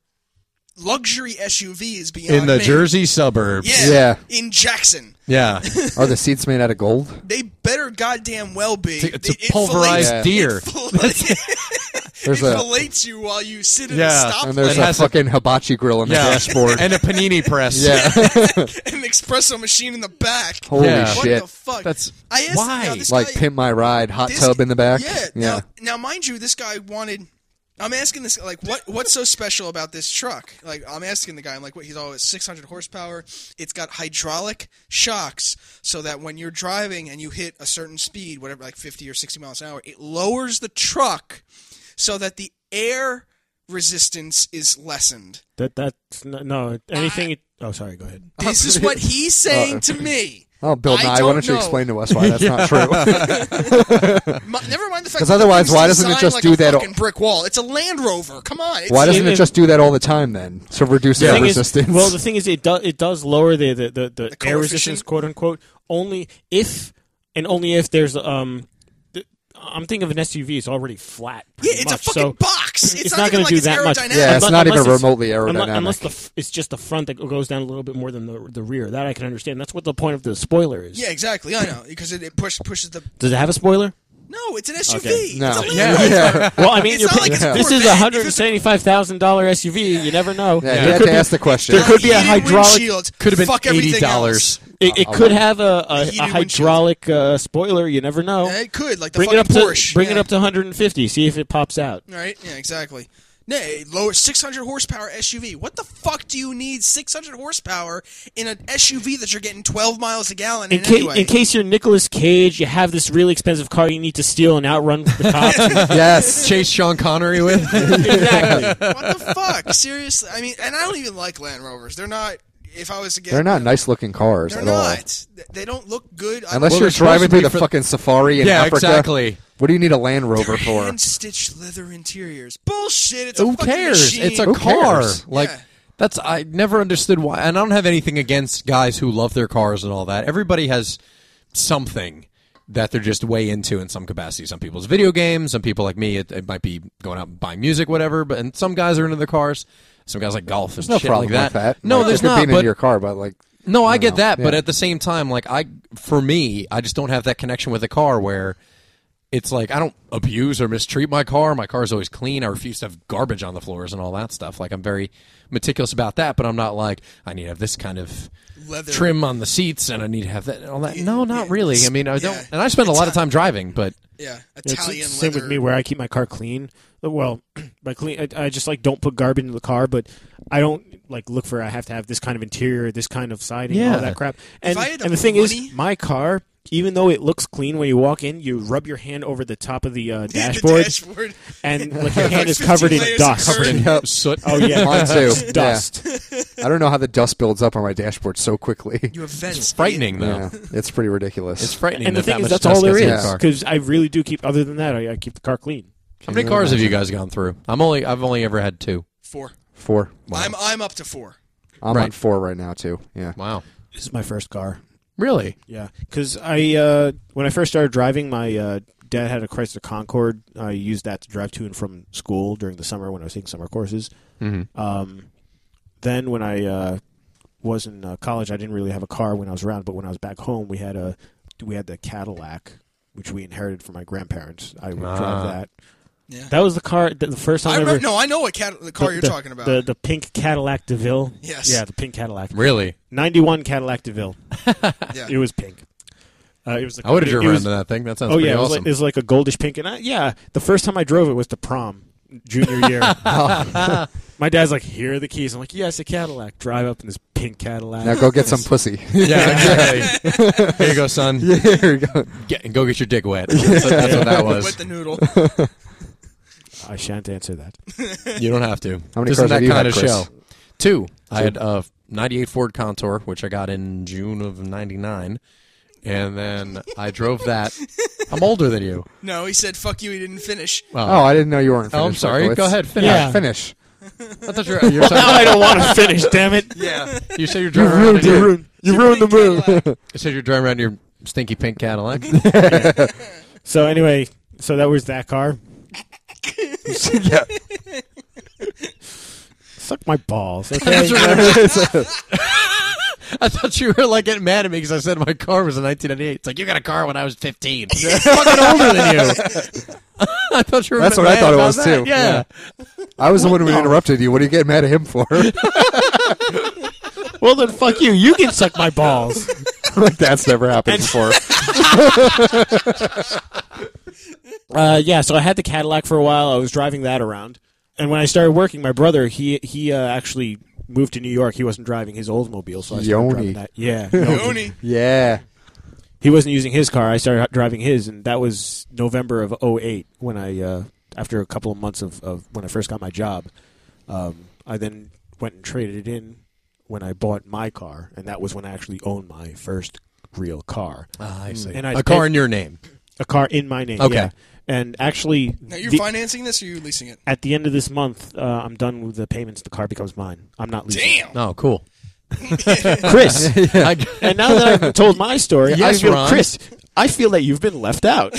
Speaker 4: luxury SUV is beyond
Speaker 2: In the
Speaker 4: me.
Speaker 2: Jersey suburbs.
Speaker 4: Yeah,
Speaker 3: Yeah.
Speaker 4: In Jackson,
Speaker 2: Yeah.
Speaker 3: Are the seats made out of gold?
Speaker 4: they better goddamn well be
Speaker 2: To- to
Speaker 4: It- it
Speaker 2: pulverize
Speaker 4: fillets-
Speaker 2: deer.
Speaker 4: It, fillets,
Speaker 3: There's
Speaker 4: it
Speaker 3: a-
Speaker 4: fillets you while you sit in
Speaker 2: Yeah,
Speaker 4: a stoplight
Speaker 3: And
Speaker 4: and,
Speaker 3: there's
Speaker 2: It
Speaker 3: a
Speaker 2: has a-
Speaker 3: fucking hibachi grill in the
Speaker 2: Yeah.
Speaker 3: dashboard.
Speaker 2: and a panini press.
Speaker 3: yeah.
Speaker 4: an espresso machine in the back.
Speaker 3: Holy
Speaker 2: Yeah.
Speaker 4: What
Speaker 3: shit.
Speaker 4: the fuck?
Speaker 2: That's-
Speaker 4: I asked
Speaker 2: why?
Speaker 4: now, this
Speaker 3: like
Speaker 4: guy-
Speaker 3: pimp my ride, hot
Speaker 4: this-
Speaker 3: tub in the back.
Speaker 4: Yeah. Now, now, mind you, this guy wanted. I'm asking this like what what's so special about this truck? Like I'm asking the guy, I'm like, what? He's all it's 600 horsepower. It's got hydraulic shocks so that when you're driving and you hit a certain speed, whatever, like 50 or 60 miles an hour, it lowers the truck so that the air resistance is lessened.
Speaker 1: that. That's n- no anything. oh, sorry. Go ahead.
Speaker 4: This is what he's
Speaker 3: Uh,
Speaker 4: saying to me.
Speaker 3: Oh, Bill
Speaker 4: I
Speaker 3: Nye, why
Speaker 4: don't
Speaker 3: don't you
Speaker 4: know.
Speaker 3: explain to us why that's not true?
Speaker 4: Mi- never mind the fact.
Speaker 3: 'Cause
Speaker 4: that the
Speaker 3: otherwise,
Speaker 4: thing's
Speaker 3: why doesn't it
Speaker 4: designed
Speaker 3: just
Speaker 4: like
Speaker 3: do
Speaker 4: a
Speaker 3: that o-
Speaker 4: Fucking brick wall. It's a Land Rover. Come on. It's
Speaker 3: Why doesn't
Speaker 1: It-
Speaker 3: it just do that all the time then to reduce
Speaker 1: The
Speaker 3: air
Speaker 1: thing is-
Speaker 3: resistance?
Speaker 1: well, the thing is, it does it does lower the the, the, the, air
Speaker 4: coefficient?
Speaker 1: resistance, quote unquote, only if and only if there's um. th- I'm thinking of an SUV. It's already flat.
Speaker 4: Yeah,
Speaker 1: pretty
Speaker 4: it's a
Speaker 1: much,
Speaker 4: fucking
Speaker 1: so
Speaker 4: box. It's,
Speaker 1: it's
Speaker 4: not,
Speaker 1: not
Speaker 4: even
Speaker 1: going
Speaker 4: like
Speaker 1: to do
Speaker 4: it's
Speaker 1: that much.
Speaker 4: aerodynamic.
Speaker 3: Yeah, it's
Speaker 1: Unless-
Speaker 3: not even
Speaker 1: unless it's-
Speaker 3: remotely
Speaker 1: unle-
Speaker 3: aerodynamic.
Speaker 1: Unless the f- it's just the front that goes down a little bit more than the the rear. That I can understand. That's what the point of the spoiler is.
Speaker 4: Yeah, exactly. I know because it, it push, pushes the.
Speaker 1: Does it have a spoiler?
Speaker 4: No, it's an SUV.
Speaker 3: no.
Speaker 4: It's a Land
Speaker 2: Yeah.
Speaker 4: Rover.
Speaker 3: yeah.
Speaker 1: Well, I mean,
Speaker 4: It's
Speaker 1: you're
Speaker 4: not
Speaker 1: pay-
Speaker 4: like it's a
Speaker 1: this is
Speaker 4: Corvette.
Speaker 1: a hundred and seventy-five thousand dollar SUV. You never know.
Speaker 3: Yeah,
Speaker 1: There
Speaker 3: you have
Speaker 1: could
Speaker 3: to
Speaker 1: be-
Speaker 3: ask the question.
Speaker 1: there could be a
Speaker 4: Heated
Speaker 1: hydraulic.
Speaker 4: windshields.
Speaker 2: Could have been
Speaker 4: Fuck everything
Speaker 2: eighty dollars.
Speaker 1: It, it could have a, a,
Speaker 4: heated
Speaker 1: a
Speaker 4: windshield.
Speaker 1: hydraulic uh, spoiler. You never know.
Speaker 4: else. Yeah, it could like the
Speaker 1: bring it
Speaker 4: fucking
Speaker 1: up
Speaker 4: Porsche.
Speaker 1: to bring it
Speaker 4: Yeah.
Speaker 1: up to 150. See if it pops out.
Speaker 4: Right? Yeah, exactly. Nay, lower 600 horsepower SUV. What the fuck do you need 600 horsepower in an SUV that you're getting 12 miles a gallon in,
Speaker 1: In, ca-
Speaker 4: anyway?
Speaker 1: in case you're Nicolas Cage, you have this really expensive car you need to steal and outrun the cops.
Speaker 3: yes.
Speaker 2: Chase Sean Connery with.
Speaker 1: exactly.
Speaker 4: what the fuck? Seriously? I mean, and I don't even like Land Rovers. They're not. If I was to get,
Speaker 3: They're not nice looking cars
Speaker 4: They're
Speaker 3: at all.
Speaker 4: not. They- They don't look good. I
Speaker 3: Unless
Speaker 2: Well,
Speaker 3: you're
Speaker 2: they're supposed
Speaker 3: driving
Speaker 2: to be
Speaker 3: through the
Speaker 2: for-
Speaker 3: fucking safari in
Speaker 2: Yeah,
Speaker 3: Africa.
Speaker 2: exactly.
Speaker 3: What do you need a Land Rover for?
Speaker 4: hand stitched leather interiors. Bullshit. It's a
Speaker 2: Who
Speaker 4: fucking
Speaker 2: cares?
Speaker 4: machine.
Speaker 2: It's a
Speaker 3: Who
Speaker 2: car.
Speaker 3: cares?
Speaker 2: Like
Speaker 4: Yeah.
Speaker 2: that's I never understood why. And I don't have anything against guys who love their cars and all that. Everybody has something that they're just way into in some capacity. Some people's video games. Some people like me, it, it might be going out and buying music, whatever. But and some guys are into their cars. Some guys like golf and
Speaker 3: No
Speaker 2: shit
Speaker 3: problem
Speaker 2: like that.
Speaker 3: with that.
Speaker 2: No,
Speaker 3: Like,
Speaker 2: there's
Speaker 3: if you're
Speaker 2: not.
Speaker 3: Being
Speaker 2: But
Speaker 3: in your car, but like,
Speaker 2: no, I get that, but
Speaker 3: Yeah.
Speaker 2: at the same time, like I, for me, I just don't have that connection with a car where it's like I don't abuse or mistreat my car. My car's always clean. I refuse to have garbage on the floors and all that stuff. Like I'm very meticulous about that, but I'm not like I need to have this kind of
Speaker 4: Leather.
Speaker 2: trim on the seats and I need to have that and all that. no, not
Speaker 4: yeah,
Speaker 2: really.
Speaker 4: it's-
Speaker 2: I mean, I don't.
Speaker 4: yeah.
Speaker 2: And I spend a
Speaker 4: It's
Speaker 2: lot of
Speaker 4: not-
Speaker 2: time driving, but
Speaker 4: Yeah,
Speaker 1: It's,
Speaker 4: Italian
Speaker 1: it's the
Speaker 4: leather.
Speaker 1: same with me where I keep my car clean. Uh, Well, by clean, I, I just like don't put garbage in the car, but I don't like look for I have to have this kind of interior, this kind of siding,
Speaker 2: Yeah.
Speaker 1: all that crap. And
Speaker 4: I had the
Speaker 1: and the thing
Speaker 4: money-
Speaker 1: is, my car, even though it looks clean when you walk in, you rub your hand over the top of the, uh,
Speaker 4: The
Speaker 1: dashboard,
Speaker 4: dashboard.
Speaker 1: and like your hand is
Speaker 4: 15
Speaker 1: covered in
Speaker 4: layers of
Speaker 1: dust.
Speaker 4: Covered in
Speaker 3: Yep.
Speaker 2: soot.
Speaker 1: Oh yeah,
Speaker 3: Mine too.
Speaker 1: It's dust.
Speaker 3: I don't know how the dust builds up on my dashboard so quickly.
Speaker 4: You have vents.
Speaker 2: It's frightening though.
Speaker 3: Yeah, it's pretty ridiculous.
Speaker 2: It's frightening.
Speaker 1: And the
Speaker 2: that that
Speaker 1: thing is,
Speaker 2: much
Speaker 1: that's
Speaker 2: dust
Speaker 1: all there
Speaker 2: gets in your
Speaker 1: is
Speaker 2: car.
Speaker 1: because I really do keep. Other than that, I, I keep the car clean.
Speaker 2: How many
Speaker 3: you
Speaker 2: cars have you guys gone through? I'm only I've only ever had two.
Speaker 4: Four.
Speaker 3: four.
Speaker 4: I'm I'm up to four.
Speaker 3: I'm on
Speaker 2: Right.
Speaker 3: four right now too. Yeah.
Speaker 2: Wow.
Speaker 1: This is my first car.
Speaker 2: Really?
Speaker 1: Yeah, because I uh, when I first started driving, my uh, dad had a Chrysler Concord. I used that to drive to and from school during the summer when I was taking summer courses.
Speaker 2: Mm-hmm.
Speaker 1: Um, then when I uh, was in uh, college, I didn't really have a car when I was around. But when I was back home, we had a we had the Cadillac, which we inherited from my grandparents. I would
Speaker 2: Ah.
Speaker 1: drive that.
Speaker 4: Yeah.
Speaker 1: That was the car. The, the first time
Speaker 4: I
Speaker 1: I,
Speaker 4: remember,
Speaker 1: ever.
Speaker 4: no, I know what cat, the car
Speaker 1: the-
Speaker 4: you're
Speaker 1: the-
Speaker 4: talking about.
Speaker 1: The the pink Cadillac DeVille.
Speaker 4: Yes.
Speaker 1: Yeah, the pink Cadillac.
Speaker 2: Really?
Speaker 1: 91 Cadillac DeVille.
Speaker 4: Yeah.
Speaker 1: It was pink. Uh, it was the
Speaker 2: I would have
Speaker 1: it
Speaker 2: driven
Speaker 1: was-
Speaker 2: into that thing. That sounds
Speaker 1: Oh
Speaker 2: pretty
Speaker 1: yeah, it was,
Speaker 2: awesome.
Speaker 1: like, it was like a goldish pink, and I, yeah, the first time I drove it was to prom, junior year. My dad's like, "Here are the keys." I'm like, "Yes, a Cadillac. Drive up in this pink Cadillac."
Speaker 3: Now go get some pussy.
Speaker 2: yeah, exactly. Here you go, son.
Speaker 3: Here we go.
Speaker 2: Get, go get your dick wet. That's, that's what that was.
Speaker 4: With the noodle.
Speaker 1: I shan't answer that.
Speaker 2: You don't have to.
Speaker 3: How many
Speaker 2: Just in
Speaker 3: cars
Speaker 2: that
Speaker 3: have you
Speaker 2: kind of
Speaker 3: had, Chris?
Speaker 2: show. Two. I had a 98 Ford Contour, which I got in June of 99. And then I drove that. I'm older than you.
Speaker 4: no, he said, "Fuck you." He didn't finish.
Speaker 3: Oh, I didn't know you weren't.
Speaker 2: Oh,
Speaker 3: Finished,
Speaker 2: I'm sorry.
Speaker 3: Berkowitz.
Speaker 2: Go ahead. Finish.
Speaker 3: Yeah,
Speaker 1: Yeah.
Speaker 3: finish.
Speaker 2: I thought you were, you were
Speaker 1: now I don't
Speaker 2: talking,
Speaker 1: want to finish. Damn it!
Speaker 2: yeah. You said you're
Speaker 3: You
Speaker 2: driving around
Speaker 3: ruined,
Speaker 2: in
Speaker 3: you
Speaker 2: your,
Speaker 3: ruined, you ruined the mood.
Speaker 2: you said you're driving around in your stinky pink Cadillac.
Speaker 1: So anyway, so that was that car.
Speaker 3: yeah.
Speaker 1: Suck my balls. Okay.
Speaker 2: That's what I remember.
Speaker 3: It's a-
Speaker 2: I thought you were like getting mad at me because I said my car was a 1998. It's like you got a car when I was 15. I'm fucking older than you. I thought you were.
Speaker 3: That's
Speaker 2: mad
Speaker 3: what I thought it
Speaker 2: about
Speaker 3: was,
Speaker 2: that.
Speaker 3: too.
Speaker 2: Yeah.
Speaker 3: I was the one who interrupted you. What are you getting mad at him for?
Speaker 1: well then, fuck you. You can suck my balls.
Speaker 3: like that's never happened before.
Speaker 1: Uh, yeah, so I had the Cadillac for a while. I was driving that around, and when I started working, my brother he he uh, actually moved to New York. He wasn't driving his Oldsmobile, so I started
Speaker 3: Yoni.
Speaker 1: driving that. Yeah, Yoni.
Speaker 4: Yoni.
Speaker 3: Yeah.
Speaker 1: he wasn't using his car. I started driving his, and that was November of 08 when I uh, after a couple of months of, of when I first got my job. Um, I then went and traded it in when I bought my car, and that was when I actually owned my first real car,
Speaker 2: Ah, I see.
Speaker 1: And I
Speaker 2: a car
Speaker 1: did-
Speaker 2: in your name.
Speaker 1: a car in my name.
Speaker 2: Okay.
Speaker 1: yeah. And actually,
Speaker 4: Now you're
Speaker 1: the-
Speaker 4: financing this, or you're leasing it?
Speaker 1: at the end of this month, uh, I'm done with the payments. The car becomes mine. I'm not leaving.
Speaker 4: Damn.
Speaker 2: Oh, cool.
Speaker 1: Chris.
Speaker 2: I,
Speaker 1: and now that I've told my story,
Speaker 2: Yes,
Speaker 1: I feel
Speaker 2: Ron.
Speaker 1: Chris. I feel that you've been left out.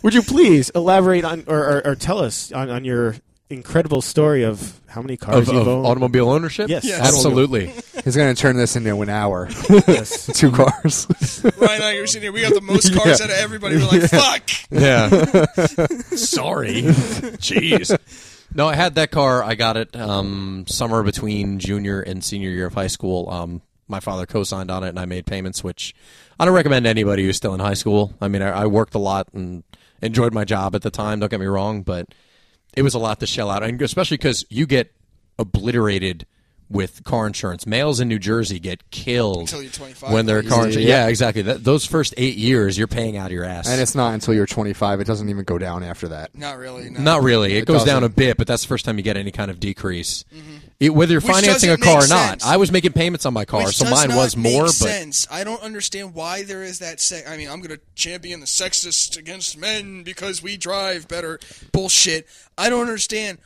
Speaker 1: Would you please elaborate on or, or, or tell us on, on your incredible story of how many cars
Speaker 2: of,
Speaker 1: you've
Speaker 2: of
Speaker 1: owned?
Speaker 2: automobile ownership.
Speaker 1: Yes. Yes.
Speaker 2: absolutely.
Speaker 3: He's going to turn this into an hour.
Speaker 1: Yes.
Speaker 3: Two cars.
Speaker 4: Ryan and I are sitting here. We got the most cars out of everybody. We're like, "Fuck."
Speaker 2: Yeah. Sorry. Jeez. No, I had that car. I got it um, summer between junior and senior year of high school. Um, my father co-signed on it, and I made payments, which I don't recommend to anybody who's still in high school. I mean, I, I worked a lot and enjoyed my job at the time. Don't get me wrong, but it was a lot to shell out, and especially because you get obliterated with car insurance. Males in New Jersey get killed
Speaker 4: Until you're 25,
Speaker 2: when their
Speaker 4: though.
Speaker 2: car insurance. Yeah, exactly. That, those first eight years, you're paying out of your ass.
Speaker 3: and it's not until you're 25. It doesn't even go down after that.
Speaker 4: Not really. No.
Speaker 2: Not really. It, goes down
Speaker 3: doesn't.
Speaker 2: a bit, but that's the first time you get any kind of decrease. It- whether you're
Speaker 4: Mm-hmm. Which
Speaker 2: financing a
Speaker 4: doesn't
Speaker 2: car or
Speaker 4: make
Speaker 2: not,
Speaker 4: sense.
Speaker 2: I was making payments on my car,
Speaker 4: Which
Speaker 2: so
Speaker 4: does
Speaker 2: mine
Speaker 4: not
Speaker 2: was
Speaker 4: make
Speaker 2: more. But
Speaker 4: sense. I don't understand why there is that. Se- I mean, I'm going to champion the sexist against men because we drive better. Bullshit. I don't understand.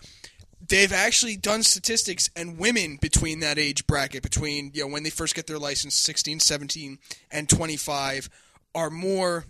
Speaker 4: They've actually done statistics, and women between that age bracket, between you know when they first get their license, 16, 17, and 25, are more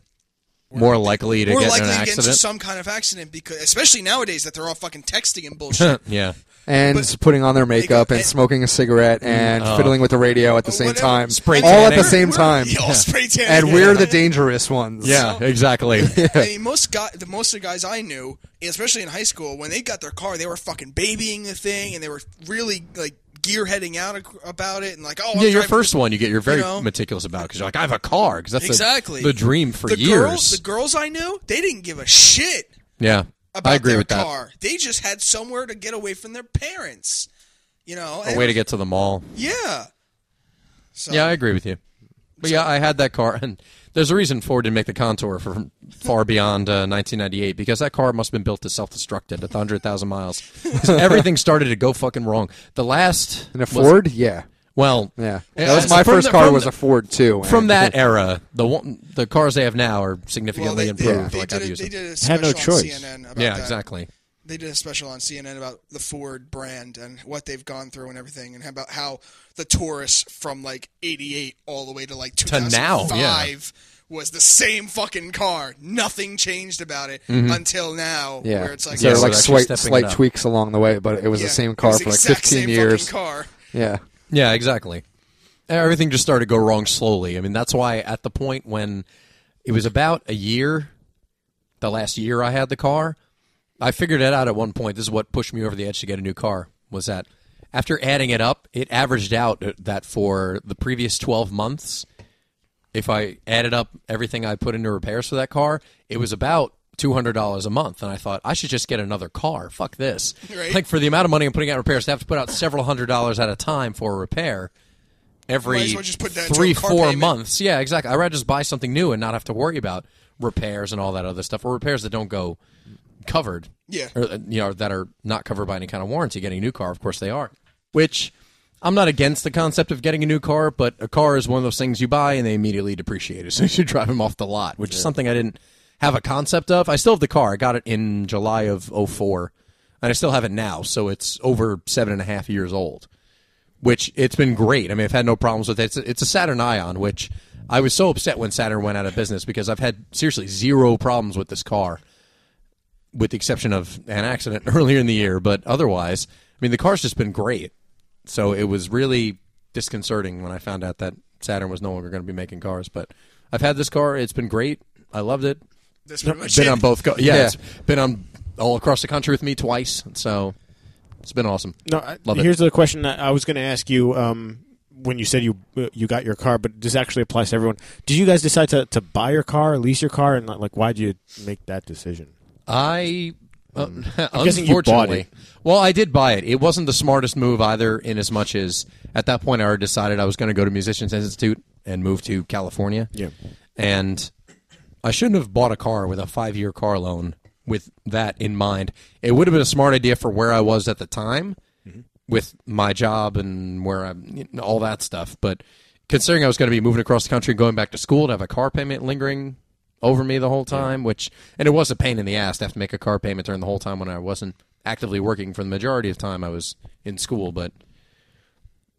Speaker 2: more likely to
Speaker 4: more
Speaker 2: get in
Speaker 4: likely
Speaker 2: an
Speaker 4: to get into
Speaker 2: accident.
Speaker 4: some kind of accident because, especially nowadays, that they're all fucking texting and bullshit.
Speaker 2: yeah,
Speaker 3: and
Speaker 4: But-
Speaker 3: putting on their makeup
Speaker 4: Makeup,
Speaker 3: and,
Speaker 4: and-
Speaker 3: smoking a cigarette and fiddling with the radio at the same
Speaker 4: Whatever.
Speaker 3: time,
Speaker 2: Spray
Speaker 3: all at
Speaker 2: tanning.
Speaker 3: the same
Speaker 4: We're-
Speaker 3: time.
Speaker 4: Yeah, all spray tan.
Speaker 3: And we're the dangerous ones.
Speaker 2: Yeah, exactly.
Speaker 4: I mean, most guy, the most of the guys I knew, especially in high school, when they got their car, they were fucking babying the thing, and they were really like gearheading out ac- about it, and like, oh, I'm
Speaker 2: yeah, your
Speaker 4: driving
Speaker 2: first one you get you're very
Speaker 4: you know?
Speaker 2: meticulous about because you're like I have a car because that's the-
Speaker 4: Exactly.
Speaker 2: the dream for
Speaker 4: the
Speaker 2: years.
Speaker 4: girls. The girls I knew, they didn't give a shit
Speaker 2: yeah,
Speaker 4: about
Speaker 2: I agree
Speaker 4: their
Speaker 2: with that.
Speaker 4: car. They just had somewhere to get away from their parents. You know,
Speaker 2: A way to get to the mall.
Speaker 4: yeah. So,
Speaker 2: Yeah, I agree with you. But yeah, I had that car, and there's a reason Ford didn't make the Contour from far beyond uh, 1998 because that car must have been built to self-destruct at 100,000 miles. 'Cause everything started to go fucking wrong. The last
Speaker 3: And a
Speaker 2: was-
Speaker 3: Ford? yeah.
Speaker 2: well,
Speaker 3: Yeah.
Speaker 2: uh,
Speaker 3: That was my
Speaker 2: from
Speaker 3: first
Speaker 2: the-
Speaker 3: car
Speaker 2: from
Speaker 3: was
Speaker 2: the-
Speaker 3: a Ford too.
Speaker 2: From
Speaker 3: and-
Speaker 2: that era, the one, the cars they have now are
Speaker 4: well,
Speaker 2: significantly
Speaker 4: they, they,
Speaker 2: improved.
Speaker 4: they
Speaker 2: like
Speaker 4: did
Speaker 2: I've
Speaker 4: a,
Speaker 2: used
Speaker 4: they
Speaker 2: them.
Speaker 4: did a
Speaker 1: Had
Speaker 4: special
Speaker 1: no
Speaker 4: on
Speaker 1: choice.
Speaker 4: CNN about
Speaker 2: Yeah,
Speaker 4: that.
Speaker 2: exacally.
Speaker 4: they did a special on CNN about the Ford brand and what they've gone through and everything, and about how the Taurus from like '88 all the way to like
Speaker 2: now,
Speaker 4: 2005
Speaker 2: yeah.
Speaker 4: was the same fucking car. Nothing changed about it until now,
Speaker 3: Yeah.
Speaker 4: where it's like,
Speaker 3: so
Speaker 2: Yeah, so
Speaker 3: like
Speaker 2: they're
Speaker 3: slight,
Speaker 2: actually stepping it
Speaker 3: slight
Speaker 2: up.
Speaker 3: tweaks along the way, but it was
Speaker 4: yeah,
Speaker 3: the same
Speaker 4: it
Speaker 3: car
Speaker 4: was the
Speaker 3: for like
Speaker 4: exact
Speaker 3: 15
Speaker 4: same
Speaker 3: years.
Speaker 4: fucking Car.
Speaker 3: Yeah.
Speaker 2: Yeah, exactly. Everything just started to go wrong slowly. I mean, that's why at the point when it was about a year, the last year I had the car, I figured it out at one point. This is what pushed me over the edge to get a new car. Was that after adding it up, it averaged out that for the previous 12 months, if I added up everything I put into repairs for that car, it was about $200 a month. And I thought, I should just get another car. Fuck this.
Speaker 4: Right.
Speaker 2: Like, for the amount of money I'm putting out repairs, to have to put out several hundred dollars at a time for a repair
Speaker 4: Might
Speaker 2: every
Speaker 4: as well just put that into
Speaker 2: three,
Speaker 4: a car
Speaker 2: four
Speaker 4: payment.
Speaker 2: months. Yeah, exactly. I'd rather just buy something new and not have to worry about repairs and all that other stuff, or repairs that don't go covered.
Speaker 4: Yeah.
Speaker 2: Or, uh, you know, that are not covered by any kind of warranty. Getting a new car, of course, they are. Which I'm not against the concept of getting a new car, but a car is one of those things you buy and they immediately depreciate as soon as you drive them off the lot, which is something I didn't have a concept of. I still have the car. I got it in July of '04, and I still have it now, so it's over seven and a half years old which it's been great. I mean, I've had no problems with it. It's, it's a Saturn Ion, which I was so upset when Saturn went out of business because I've had seriously zero problems with this car, with the exception of an accident earlier in the year. But otherwise, I mean, the car's just been great. So it was really disconcerting when I found out that Saturn was no longer going to be making cars. But I've had this car; it's been great. I loved it.
Speaker 4: That's pretty much
Speaker 2: Been
Speaker 4: it.
Speaker 2: on both, co- yeah,
Speaker 3: Yeah.
Speaker 2: It's been on all across the country with me twice. So it's been awesome.
Speaker 1: No, I,
Speaker 2: Love it.
Speaker 1: here's the question that I was going to ask you um, when you said you uh, you got your car, but this actually applies to everyone. Did you guys decide to, to buy your car, lease your car, and like why did you make that decision?
Speaker 2: I uh,
Speaker 1: Um, guessing you bought
Speaker 2: unfortunately.
Speaker 1: it.
Speaker 2: Well, I did buy it. It wasn't the smartest move either, in as much as at that point I already decided I was going to go to Musicians Institute and move to California.
Speaker 1: Yeah.
Speaker 2: and I shouldn't have bought a car with a five-year car loan with that in mind. It would have been a smart idea for where I was at the time with my job and where I'm you know, all that stuff. But considering I was going to be moving across the country, going back to school, to have a car payment lingering over me the whole time, which and it was a pain in the ass to have to make a car payment during the whole time when I wasn't actively working for the majority of time I was in school, but.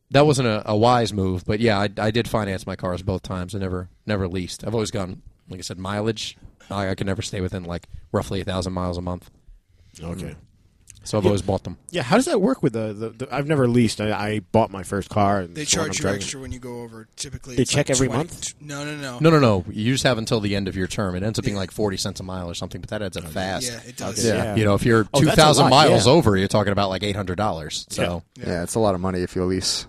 Speaker 2: That wasn't a, a wise move, but yeah, I, I did finance my cars both times. I never never leased. I've always gone, like I said, mileage. I, I can never stay within like roughly a thousand miles a month,
Speaker 1: Okay.
Speaker 2: so I've always bought them.
Speaker 1: Yeah, how does that work with the, the, the I've never leased. I, I bought my first car. And
Speaker 4: They
Speaker 1: it's the one I'm
Speaker 4: charge you
Speaker 1: driving.
Speaker 4: extra when you go over. Typically,
Speaker 1: They
Speaker 4: it's
Speaker 1: check
Speaker 4: like
Speaker 1: every
Speaker 4: 20
Speaker 1: month?
Speaker 4: No, no, no,
Speaker 2: No, no, no. You just have until the end of your term. It ends up being like forty cents a mile or something, but that adds up fast.
Speaker 4: Oh, Yeah, it does.
Speaker 1: Okay. Yeah.
Speaker 2: You know, if you're
Speaker 1: Oh,
Speaker 2: two
Speaker 1: that's a
Speaker 2: thousand
Speaker 1: lot,
Speaker 2: miles
Speaker 1: yeah.
Speaker 2: over, you're talking about like eight hundred dollars. So
Speaker 3: yeah. it's a lot of money if you lease.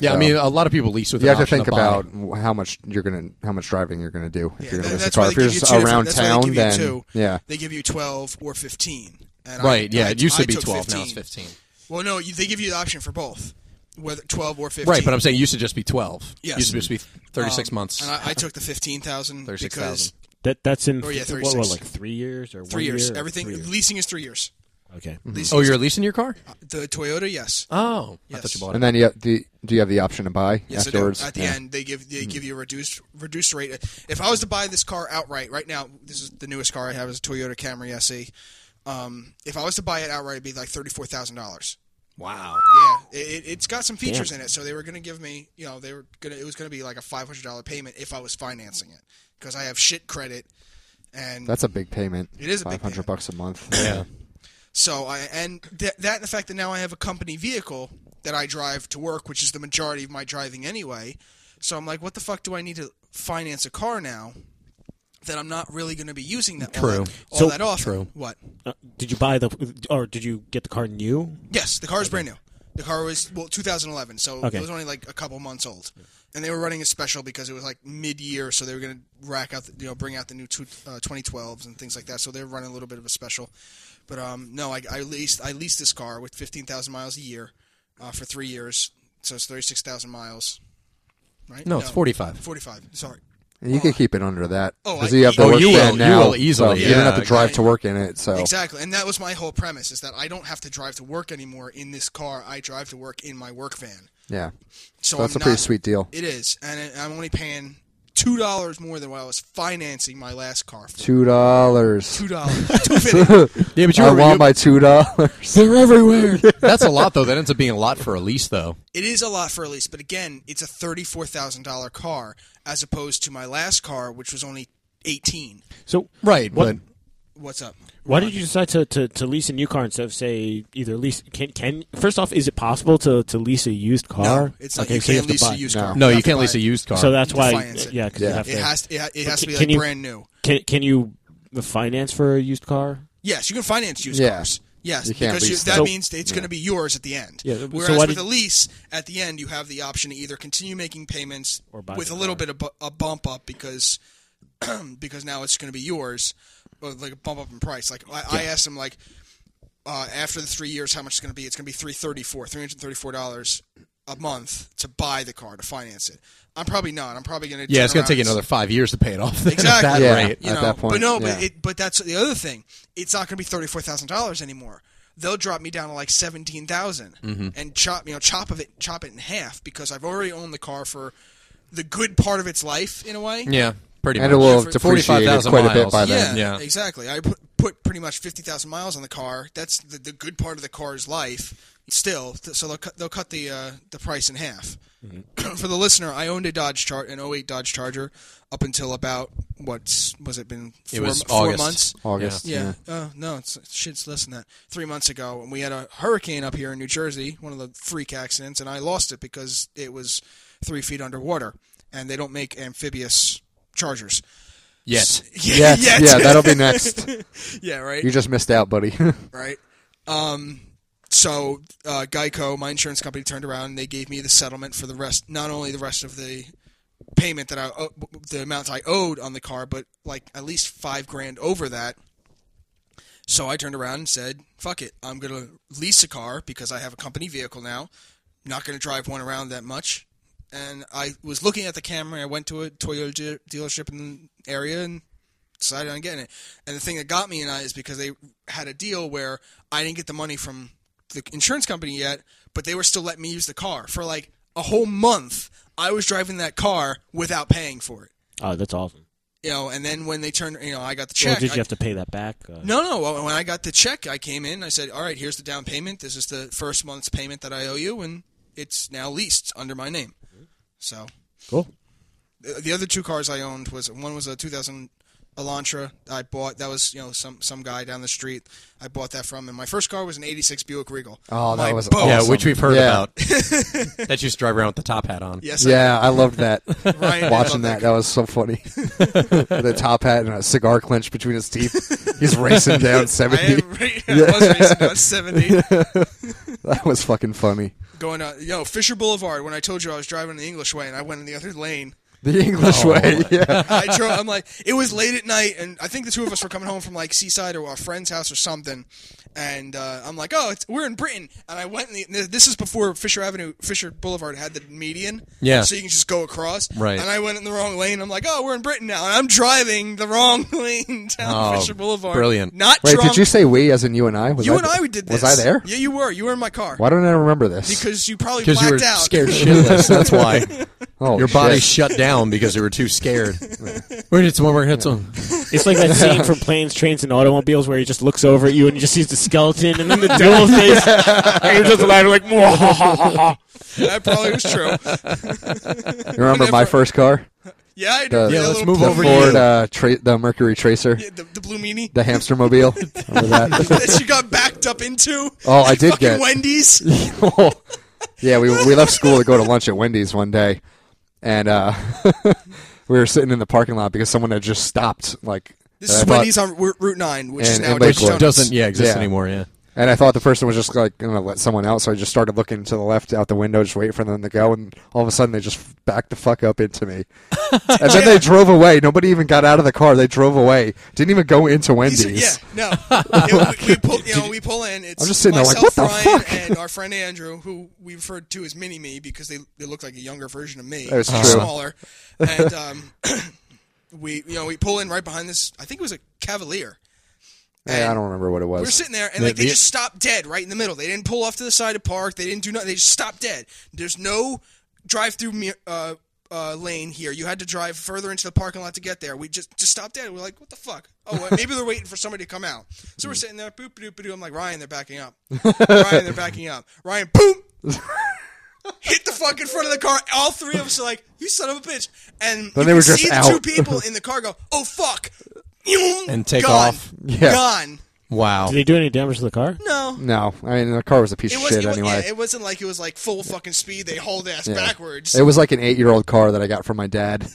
Speaker 2: yeah. I mean, a lot of people lease with.
Speaker 3: You
Speaker 2: an
Speaker 3: have to
Speaker 2: option
Speaker 3: think
Speaker 2: of buying.
Speaker 3: about how much you're gonna, how much driving you're gonna do if
Speaker 4: Yeah,
Speaker 3: you're gonna
Speaker 4: that-
Speaker 3: lease a
Speaker 4: that's
Speaker 3: car.
Speaker 4: why
Speaker 3: If
Speaker 4: they
Speaker 3: you're
Speaker 4: give you
Speaker 3: just
Speaker 4: two different-
Speaker 3: around
Speaker 4: that's why they
Speaker 3: town,
Speaker 4: give you
Speaker 3: then
Speaker 4: two.
Speaker 3: yeah,
Speaker 4: They give you 12 or 15. And I-
Speaker 2: Right? Yeah,
Speaker 4: I-
Speaker 2: it used to
Speaker 4: I
Speaker 2: be
Speaker 4: took
Speaker 2: twelve. Now it's fifteen.
Speaker 4: Well, no, you, they give you the option for both, whether 12 or 15.
Speaker 2: Right, but I'm saying it used to just be twelve.
Speaker 4: Yes.
Speaker 2: Used to just be thirty-six
Speaker 4: Um,
Speaker 2: months.
Speaker 4: And I, I took the 15,000 because
Speaker 2: 36,000.
Speaker 1: That that's in
Speaker 4: Oh, yeah,
Speaker 1: what, what,
Speaker 4: 36.
Speaker 1: like three years or
Speaker 4: three
Speaker 1: one
Speaker 4: years.
Speaker 1: year or
Speaker 4: Everything
Speaker 1: three years?
Speaker 4: leasing is three years.
Speaker 1: Okay.
Speaker 4: Leasing
Speaker 2: oh,
Speaker 4: is-
Speaker 2: you're leasing your car?
Speaker 4: the Toyota, yes.
Speaker 2: Oh, I
Speaker 4: Yes.
Speaker 2: thought you bought it.
Speaker 3: and then you have the, do you have the option to buy
Speaker 4: Yes, I do.
Speaker 3: afterwards?
Speaker 4: At the
Speaker 3: Yeah. Hmm.
Speaker 4: end, they give they give you a reduced reduced rate. If I was to buy this car outright right now, this is the newest car I have is a Toyota Camry SE. Um, if I was to buy it outright, it'd be like thirty four thousand dollars.
Speaker 2: Wow.
Speaker 4: Yeah, it, it- it's got some features in it. So they were going to give me, you know, they were going to it was going to be like a five hundred dollar payment if I was financing it because I have shit credit, and
Speaker 3: That's a big payment.
Speaker 4: It is a big
Speaker 3: five hundred
Speaker 4: payment.
Speaker 3: bucks a month.
Speaker 2: Yeah.
Speaker 4: So I and th- that and the fact that now I have a company vehicle that I drive to work, which is the majority of my driving anyway. So I'm like, what the fuck do I need to finance a car now that I'm not really going to be using that all
Speaker 2: True.
Speaker 4: that, all
Speaker 1: So-
Speaker 4: that often?
Speaker 2: True.
Speaker 4: What?
Speaker 1: Uh, did you buy the or did you get the car new?
Speaker 4: Yes, the car is brand new. The car was well 2011, so
Speaker 1: Okay.
Speaker 4: it was only like a couple months old, and they were running a special because it was like mid-year, so they were going to rack out, the, you know, bring out the new two, uh, 2012s and things like that. So they're running a little bit of a special, but um, no, I, I leased I leased this car with 15,000 miles a year uh, for three years, so it's 36,000 miles, right?
Speaker 2: No, it's 45.
Speaker 4: 45. Sorry.
Speaker 3: And you can keep it under that
Speaker 4: Oh,
Speaker 3: because
Speaker 4: I-
Speaker 3: you have the
Speaker 4: Oh,
Speaker 3: work
Speaker 2: you will-
Speaker 3: van
Speaker 2: you
Speaker 3: now.
Speaker 2: will easily,
Speaker 3: so You don't
Speaker 2: yeah,
Speaker 3: have to drive to
Speaker 4: exactly.
Speaker 3: work in it. So
Speaker 4: Exactly, and that was my whole premise: is that I don't have to drive to work anymore in this car. I drive to work in my work van.
Speaker 3: yeah,
Speaker 4: So
Speaker 3: that's
Speaker 4: I'm
Speaker 3: a pretty
Speaker 4: not-
Speaker 3: sweet deal.
Speaker 4: It is, and it- I'm only paying two dollars more than what I was financing my last car for.
Speaker 3: Two dollars.
Speaker 4: Two dollars, two fifty.
Speaker 2: Yeah, but you
Speaker 3: I
Speaker 2: were-
Speaker 3: want
Speaker 2: you-
Speaker 3: my two dollars.
Speaker 1: They're everywhere.
Speaker 2: That's a lot, though. That ends up being a lot for a lease, though.
Speaker 4: It is a lot for a lease, but again, it's a thirty-four thousand dollar car as opposed to my last car, which was only eighteen.
Speaker 1: Mm-hmm. so
Speaker 2: Right,
Speaker 1: What-
Speaker 2: but
Speaker 4: What's up?
Speaker 1: why did you decide to, to, to lease a new car instead of say either lease can can first off is it possible to, to lease a used car?
Speaker 4: No, it's not.
Speaker 1: Okay,
Speaker 4: you
Speaker 1: so
Speaker 4: can't
Speaker 1: have to
Speaker 4: lease
Speaker 1: buy-
Speaker 4: a used
Speaker 3: No.
Speaker 4: car.
Speaker 2: no, you
Speaker 4: have to
Speaker 2: can't
Speaker 4: buy
Speaker 2: lease
Speaker 4: it.
Speaker 2: a used car.
Speaker 1: So that's why
Speaker 4: Finance it.
Speaker 1: yeah, because you
Speaker 3: Yeah.
Speaker 1: have to
Speaker 4: It has to. It, ha- it has to be
Speaker 1: Can
Speaker 4: like
Speaker 1: you-
Speaker 4: brand new.
Speaker 1: Can can you finance for a used car?
Speaker 4: Yes, you can finance used
Speaker 3: Yeah.
Speaker 4: cars. Yes,
Speaker 3: You can't
Speaker 4: because you,
Speaker 3: lease
Speaker 4: that
Speaker 1: them. So-
Speaker 4: means that it's going to be yours at the end.
Speaker 1: Yeah, so
Speaker 4: Whereas
Speaker 1: why
Speaker 4: with
Speaker 1: did-
Speaker 4: a lease, at the end you have the option to either continue making payments
Speaker 1: Or buy
Speaker 4: with
Speaker 1: the
Speaker 4: a little
Speaker 1: car.
Speaker 4: bit of bu- a bump up because because now it's going to be yours, or like a bump up in price. Like I, I asked him, like uh, after the three years, how much it's going to be? It's going to be three thirty four, three hundred thirty four dollars a month to buy the car to finance it. I'm probably not. I'm probably going to
Speaker 2: yeah, it's going to take you
Speaker 4: another.
Speaker 2: another five years to pay it off. then, at
Speaker 4: Exactly.
Speaker 2: that
Speaker 3: Yeah.
Speaker 2: rate.
Speaker 4: You
Speaker 3: at
Speaker 4: know,
Speaker 3: that point,
Speaker 4: But no,
Speaker 3: yeah.
Speaker 4: but it, but that's the other thing. It's not going to be thirty four thousand dollars anymore. They'll drop me down to like seventeen
Speaker 2: Mm-hmm.
Speaker 4: and chop you know chop of it chop it in half because I've already owned the car for the good part of its life in a way.
Speaker 2: Yeah, pretty much.
Speaker 3: And it will
Speaker 2: For
Speaker 3: depreciate
Speaker 2: 45,000
Speaker 3: quite a bit
Speaker 2: miles.
Speaker 3: by then.
Speaker 4: Yeah,
Speaker 2: Yeah.
Speaker 4: exactly. I put put pretty much fifty thousand miles on the car. That's the, the good part of the car's life. Still, th- so they'll cut, they'll cut the uh, the price in half. For the listener, I owned a Dodge Chart, an 08 Dodge Charger, up until about what's was it been four,
Speaker 2: was
Speaker 4: mo- four
Speaker 2: August.
Speaker 4: months?
Speaker 3: August.
Speaker 4: Yeah. Uh, no, it's shit's less than that. Three months ago, and we had a hurricane up here in New Jersey, one of the freak accidents, and I lost it because it was three feet underwater, and they don't make amphibious chargers.
Speaker 2: Yes.
Speaker 4: Yeah,
Speaker 3: Yes, yeah, that'll be next.
Speaker 4: yeah, right,
Speaker 3: You just missed out, buddy.
Speaker 4: right. Um, so uh, Geico, my insurance company, turned around and they gave me the settlement for the rest, not only the rest of the payment that I, o- the amount I owed on the car, but like at least five grand over that. So I turned around and said, "Fuck it, I'm gonna lease a car because I have a company vehicle now. Not gonna drive one around that much." And I was looking at the Camry. I went to a Toyota de- dealership in the area and decided on getting it. And the thing that got me in that is because they had a deal where I didn't get the money from the insurance company yet, but they were still letting me use the car for like a whole month. I was driving that car without paying for it.
Speaker 1: Oh, that's awesome.
Speaker 4: You know, and then when they turned, you know, I got the
Speaker 1: Or
Speaker 4: check.
Speaker 1: did you
Speaker 4: I-
Speaker 1: have to pay that back? Uh,
Speaker 4: no, no. Well, When I got the check, I came in. I said, "All right, here's the down payment. This is the first month's payment that I owe you, and it's now leased under my name." So
Speaker 1: Cool.
Speaker 4: the the other two cars I owned was one was a 2000 Elantra I bought. That was you know some some guy down the street. I bought that from, and my first car was an '86 Buick Regal.
Speaker 3: Oh, that
Speaker 4: My
Speaker 3: was
Speaker 4: boat.
Speaker 2: Yeah,
Speaker 3: awesome.
Speaker 2: which we've heard
Speaker 3: Yeah.
Speaker 2: about. that you used to drive around with the top hat on.
Speaker 4: Yes, I-
Speaker 3: Yeah, I loved that.
Speaker 4: Ryan did love
Speaker 3: Watching that,
Speaker 4: car.
Speaker 3: that was so funny. With a top hat and a cigar clenched between his teeth, he's racing down
Speaker 4: I,
Speaker 3: seventy.
Speaker 4: am, right, I was racing about 70.
Speaker 3: That was fucking funny.
Speaker 4: Going on, yo, Fisher Boulevard. When I told you I was driving the English way and I went in the other lane,
Speaker 3: The English way, yeah.
Speaker 4: I drove. I'm like, it was late at night, and I think the two of us were coming home from like Seaside or our friend's house or something. And uh, I'm like, oh, it's, we're in Britain. And I went. In the, this is before Fisher Avenue, Fisher Boulevard had the median.
Speaker 2: Yeah.
Speaker 4: So you can just go across.
Speaker 2: Right.
Speaker 4: And I went in the wrong lane. I'm like, oh, we're in Britain now. And I'm driving the wrong lane down
Speaker 2: Oh,
Speaker 4: Fisher Boulevard.
Speaker 2: brilliant.
Speaker 4: Not
Speaker 3: Wait,
Speaker 4: drunk.
Speaker 3: did you say we as in you and I? Was
Speaker 4: You
Speaker 3: I
Speaker 4: and I we did this.
Speaker 3: Was I there?
Speaker 4: Yeah, you were. You were in my car.
Speaker 3: Why don't I remember this?
Speaker 4: Because you probably
Speaker 2: Because
Speaker 4: blacked
Speaker 2: you were
Speaker 4: out.
Speaker 2: scared shitless. That's why.
Speaker 3: oh,
Speaker 2: Your body
Speaker 3: shit.
Speaker 2: shut down because you were too scared. We're going to one more hit song.
Speaker 1: It's like that scene from Planes, Trains, and Automobiles where he just looks over at you and he just sees the skeleton and then the devil face. And you're just laughing like, "Mwahahaha."
Speaker 4: that probably was true.
Speaker 3: You remember my
Speaker 4: Whenever-
Speaker 3: first car?
Speaker 4: Yeah, I do.
Speaker 3: The,
Speaker 4: Yeah,
Speaker 2: let's
Speaker 4: little
Speaker 2: move
Speaker 4: blue
Speaker 3: the
Speaker 2: over to
Speaker 4: meanie.
Speaker 3: Ford, uh, tra- the Mercury Tracer,
Speaker 4: Yeah, the, the blue meanie
Speaker 3: the hamster mobile. Remember that?
Speaker 4: that you got backed up into.
Speaker 3: Oh, I
Speaker 4: at
Speaker 3: did
Speaker 4: fucking
Speaker 3: get-
Speaker 4: Wendy's.
Speaker 3: Oh. yeah, we we left school to go to lunch at Wendy's one day, and uh, we were sitting in the parking lot because someone had just stopped. Like
Speaker 4: This
Speaker 3: and
Speaker 4: is
Speaker 3: I thought-
Speaker 4: Wendy's on Ru- Route Nine, which is
Speaker 3: And-
Speaker 4: now
Speaker 3: and Lakewood.
Speaker 4: Dunkin' Donuts.
Speaker 2: doesn't yeah exist
Speaker 3: Yeah.
Speaker 2: anymore. Yeah.
Speaker 3: And I thought the person was just like going to let someone out, so I just started looking to the left out the window, just waiting for them to go. And all of a sudden, they just backed the fuck up into me. and then they drove away. Nobody even got out of the car. They drove away. Didn't even go into
Speaker 4: These
Speaker 3: Wendy's.
Speaker 4: are- Yeah, no. Yeah, we, we pull, you know, we pull in. It's
Speaker 3: I'm just sitting there like,
Speaker 4: myself,
Speaker 3: what the
Speaker 4: Ryan,
Speaker 3: fuck?
Speaker 4: And our friend Andrew, who we referred to as Mini Me because they they look like a younger version of me,
Speaker 3: That's
Speaker 4: They're
Speaker 3: true.
Speaker 4: smaller. And um, we you know we pull in right behind this. I think it was a Cavalier.
Speaker 3: Eh, I don't remember what it
Speaker 4: We We're
Speaker 3: was.
Speaker 4: sitting there, and like they just stopped dead right in the middle. They didn't pull off to the side of park. They didn't do nothing. They just stopped dead. There's no drive-through me- uh, uh, lane here. You had to drive further into the parking lot to get there. We just just stopped dead. We're like, what the fuck? Oh, well, maybe they're waiting for somebody to come out. So
Speaker 3: Mm.
Speaker 4: we're sitting there, boop, boop, boop. I'm like, Ryan, they're backing up. Ryan, they're backing up. Ryan, boom. Hit the fuck in front of the car. All three of us are like, "You son of a bitch!"
Speaker 3: Then
Speaker 4: And you
Speaker 3: they were
Speaker 4: can
Speaker 3: just
Speaker 4: see the
Speaker 3: out.
Speaker 4: two people in the car go, "Oh fuck!"
Speaker 2: And take
Speaker 4: Gone.
Speaker 2: off.
Speaker 3: Yeah.
Speaker 4: Gone.
Speaker 2: Wow.
Speaker 1: Did he do any damage to the car?
Speaker 4: No.
Speaker 3: No, I mean the car was a piece
Speaker 4: It
Speaker 3: of
Speaker 4: was,
Speaker 3: shit
Speaker 4: it was,
Speaker 3: anyway.
Speaker 4: yeah, it wasn't like it was like full fucking speed. They hauled ass
Speaker 3: Yeah.
Speaker 4: backwards.
Speaker 3: It was like an eight-year-old car that I got from my dad.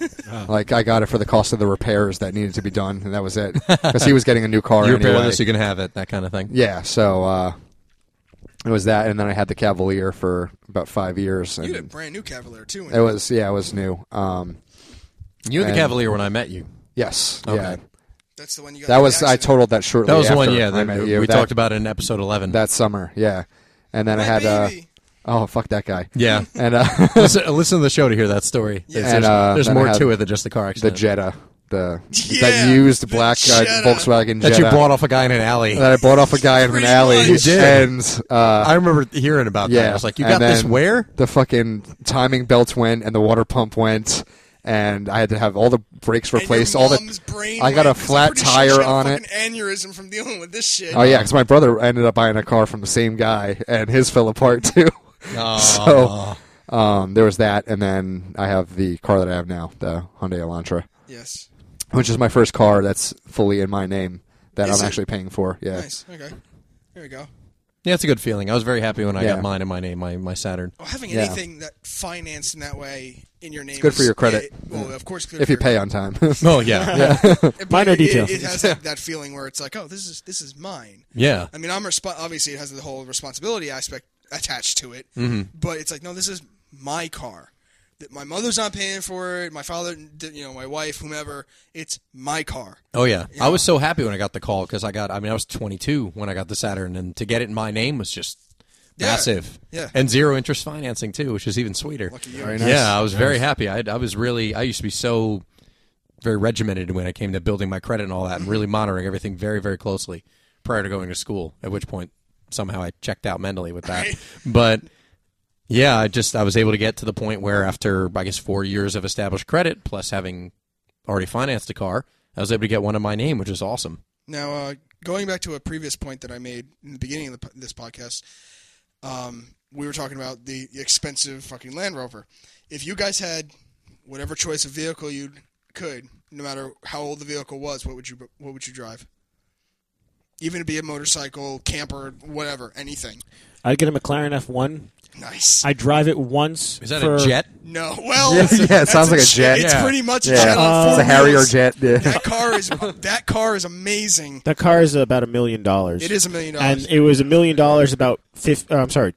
Speaker 3: Like I got it for the cost of the repairs that needed to be done, and that was it. Because he was getting a new car
Speaker 2: You repair
Speaker 3: anyway.
Speaker 2: this, you can have it. That kind of thing.
Speaker 3: Yeah, so uh, it was that, and then I had the Cavalier for about five years,
Speaker 4: you had a
Speaker 3: and
Speaker 4: brand new Cavalier too.
Speaker 3: it
Speaker 4: And
Speaker 3: was yeah, it was new. Um,
Speaker 2: You were the
Speaker 3: And-
Speaker 2: Cavalier when I met you.
Speaker 3: yes, yeah,
Speaker 2: Okay.
Speaker 4: that's the one you got.
Speaker 3: that
Speaker 4: in the
Speaker 3: was I
Speaker 4: accident.
Speaker 3: totaled that shortly.
Speaker 2: That was the one.
Speaker 3: after
Speaker 2: Yeah,
Speaker 3: I
Speaker 2: that,
Speaker 3: met you.
Speaker 2: we
Speaker 3: that,
Speaker 2: talked about it in episode eleven.
Speaker 3: that summer. Yeah, and then
Speaker 4: My
Speaker 3: I had uh,
Speaker 4: baby.
Speaker 3: oh fuck that guy.
Speaker 2: yeah.
Speaker 3: and uh,
Speaker 2: listen, listen to the show to hear that story. There's,
Speaker 3: And, uh,
Speaker 2: there's
Speaker 3: then I
Speaker 2: more
Speaker 3: had
Speaker 2: to it than just the car
Speaker 3: the
Speaker 2: accident.
Speaker 3: Jetta, the
Speaker 4: Yeah,
Speaker 3: that used
Speaker 4: the
Speaker 3: black uh,
Speaker 4: Jetta.
Speaker 3: Volkswagen
Speaker 2: that
Speaker 3: Jetta
Speaker 2: you bought off a guy in an alley.
Speaker 3: that I bought off a guy in an
Speaker 4: Pretty
Speaker 3: alley.
Speaker 4: much. You
Speaker 2: did.
Speaker 3: and uh,
Speaker 2: I remember hearing about that. I was like, "You
Speaker 3: and
Speaker 2: got this
Speaker 3: then
Speaker 2: where?"
Speaker 3: The fucking timing belt went and the water pump went and I had to have all the brakes
Speaker 4: And your
Speaker 3: replaced. all
Speaker 4: mom's
Speaker 3: the
Speaker 4: brain
Speaker 3: I got a
Speaker 4: went, 'cause I'm
Speaker 3: flat
Speaker 4: pretty sure she
Speaker 3: tire
Speaker 4: had a
Speaker 3: on it.
Speaker 4: fucking Aneurysm from dealing with this shit.
Speaker 3: Oh yeah, because my brother ended up buying a car from the same guy and his fell apart too.
Speaker 2: Aw.
Speaker 3: So um, there was that, and then I have the car that I have now, the Hyundai Elantra,
Speaker 4: Yes.
Speaker 3: which is my first car that's fully in my name that
Speaker 4: Is
Speaker 3: I'm
Speaker 4: it?
Speaker 3: actually paying for. Yeah.
Speaker 4: Nice. Okay. There we go.
Speaker 2: Yeah, it's a good feeling. I was very happy when I
Speaker 3: Yeah.
Speaker 2: got mine in my name, my my Saturn.
Speaker 4: Well, having
Speaker 3: Yeah.
Speaker 4: anything that financed in that way in your name.
Speaker 3: good for
Speaker 4: is-
Speaker 3: your credit.
Speaker 4: it- well, of course, good
Speaker 3: If
Speaker 4: for
Speaker 3: you
Speaker 4: your-
Speaker 3: pay on time.
Speaker 2: Oh yeah, yeah.
Speaker 4: but
Speaker 1: Minor
Speaker 4: it- it-
Speaker 1: detail.
Speaker 4: It, has that, that feeling where it's like, oh, this is this is mine.
Speaker 2: yeah.
Speaker 4: I mean, I'm resp- obviously it has the whole responsibility aspect attached to it, but it's like, no, this is my car. That my mother's not paying for it. My father, you know, my wife, whomever. It's my car.
Speaker 2: Oh yeah. I was so happy when I got the call because I got. I mean, I was 22 when I got the Saturn, and to get it in my name was just
Speaker 4: Yeah.
Speaker 2: massive.
Speaker 4: Yeah.
Speaker 2: And zero interest financing too, which is even sweeter.
Speaker 4: Lucky you.
Speaker 3: Very nice.
Speaker 2: Yeah, I was very happy. I, I was really. I used to be so very regimented when I came to building my credit and all that, and really monitoring everything very very closely prior to going to school. At which point, somehow I checked out mentally with that. But yeah, I just I was able to get to the point where after I guess four years of established credit plus having already financed a car, I was able to get one in my name, which is awesome.
Speaker 4: Now, uh, going back to a previous point that I made in the beginning of the, po- this podcast, um, we were talking about the expensive fucking Land Rover. If you guys had whatever choice of vehicle you could, no matter how old the vehicle was, what would you what would you drive? Even to be a motorcycle, camper, whatever, anything.
Speaker 1: I'd get a McLaren F1.
Speaker 4: Nice.
Speaker 1: I drive it once.
Speaker 2: Is that
Speaker 1: for-
Speaker 2: a jet?
Speaker 4: no, well,
Speaker 3: Yeah, yeah, it
Speaker 4: that's
Speaker 3: sounds like a jet.
Speaker 4: It's
Speaker 2: Yeah.
Speaker 4: pretty much a
Speaker 3: Yeah.
Speaker 4: jet. on
Speaker 3: it's
Speaker 4: four
Speaker 3: a Harrier
Speaker 4: wheels.
Speaker 3: jet. Yeah.
Speaker 4: That car is that car is amazing.
Speaker 1: That car is about a million dollars.
Speaker 4: It is a million dollars.
Speaker 1: and it was a million dollars about fifth. Uh, I'm sorry,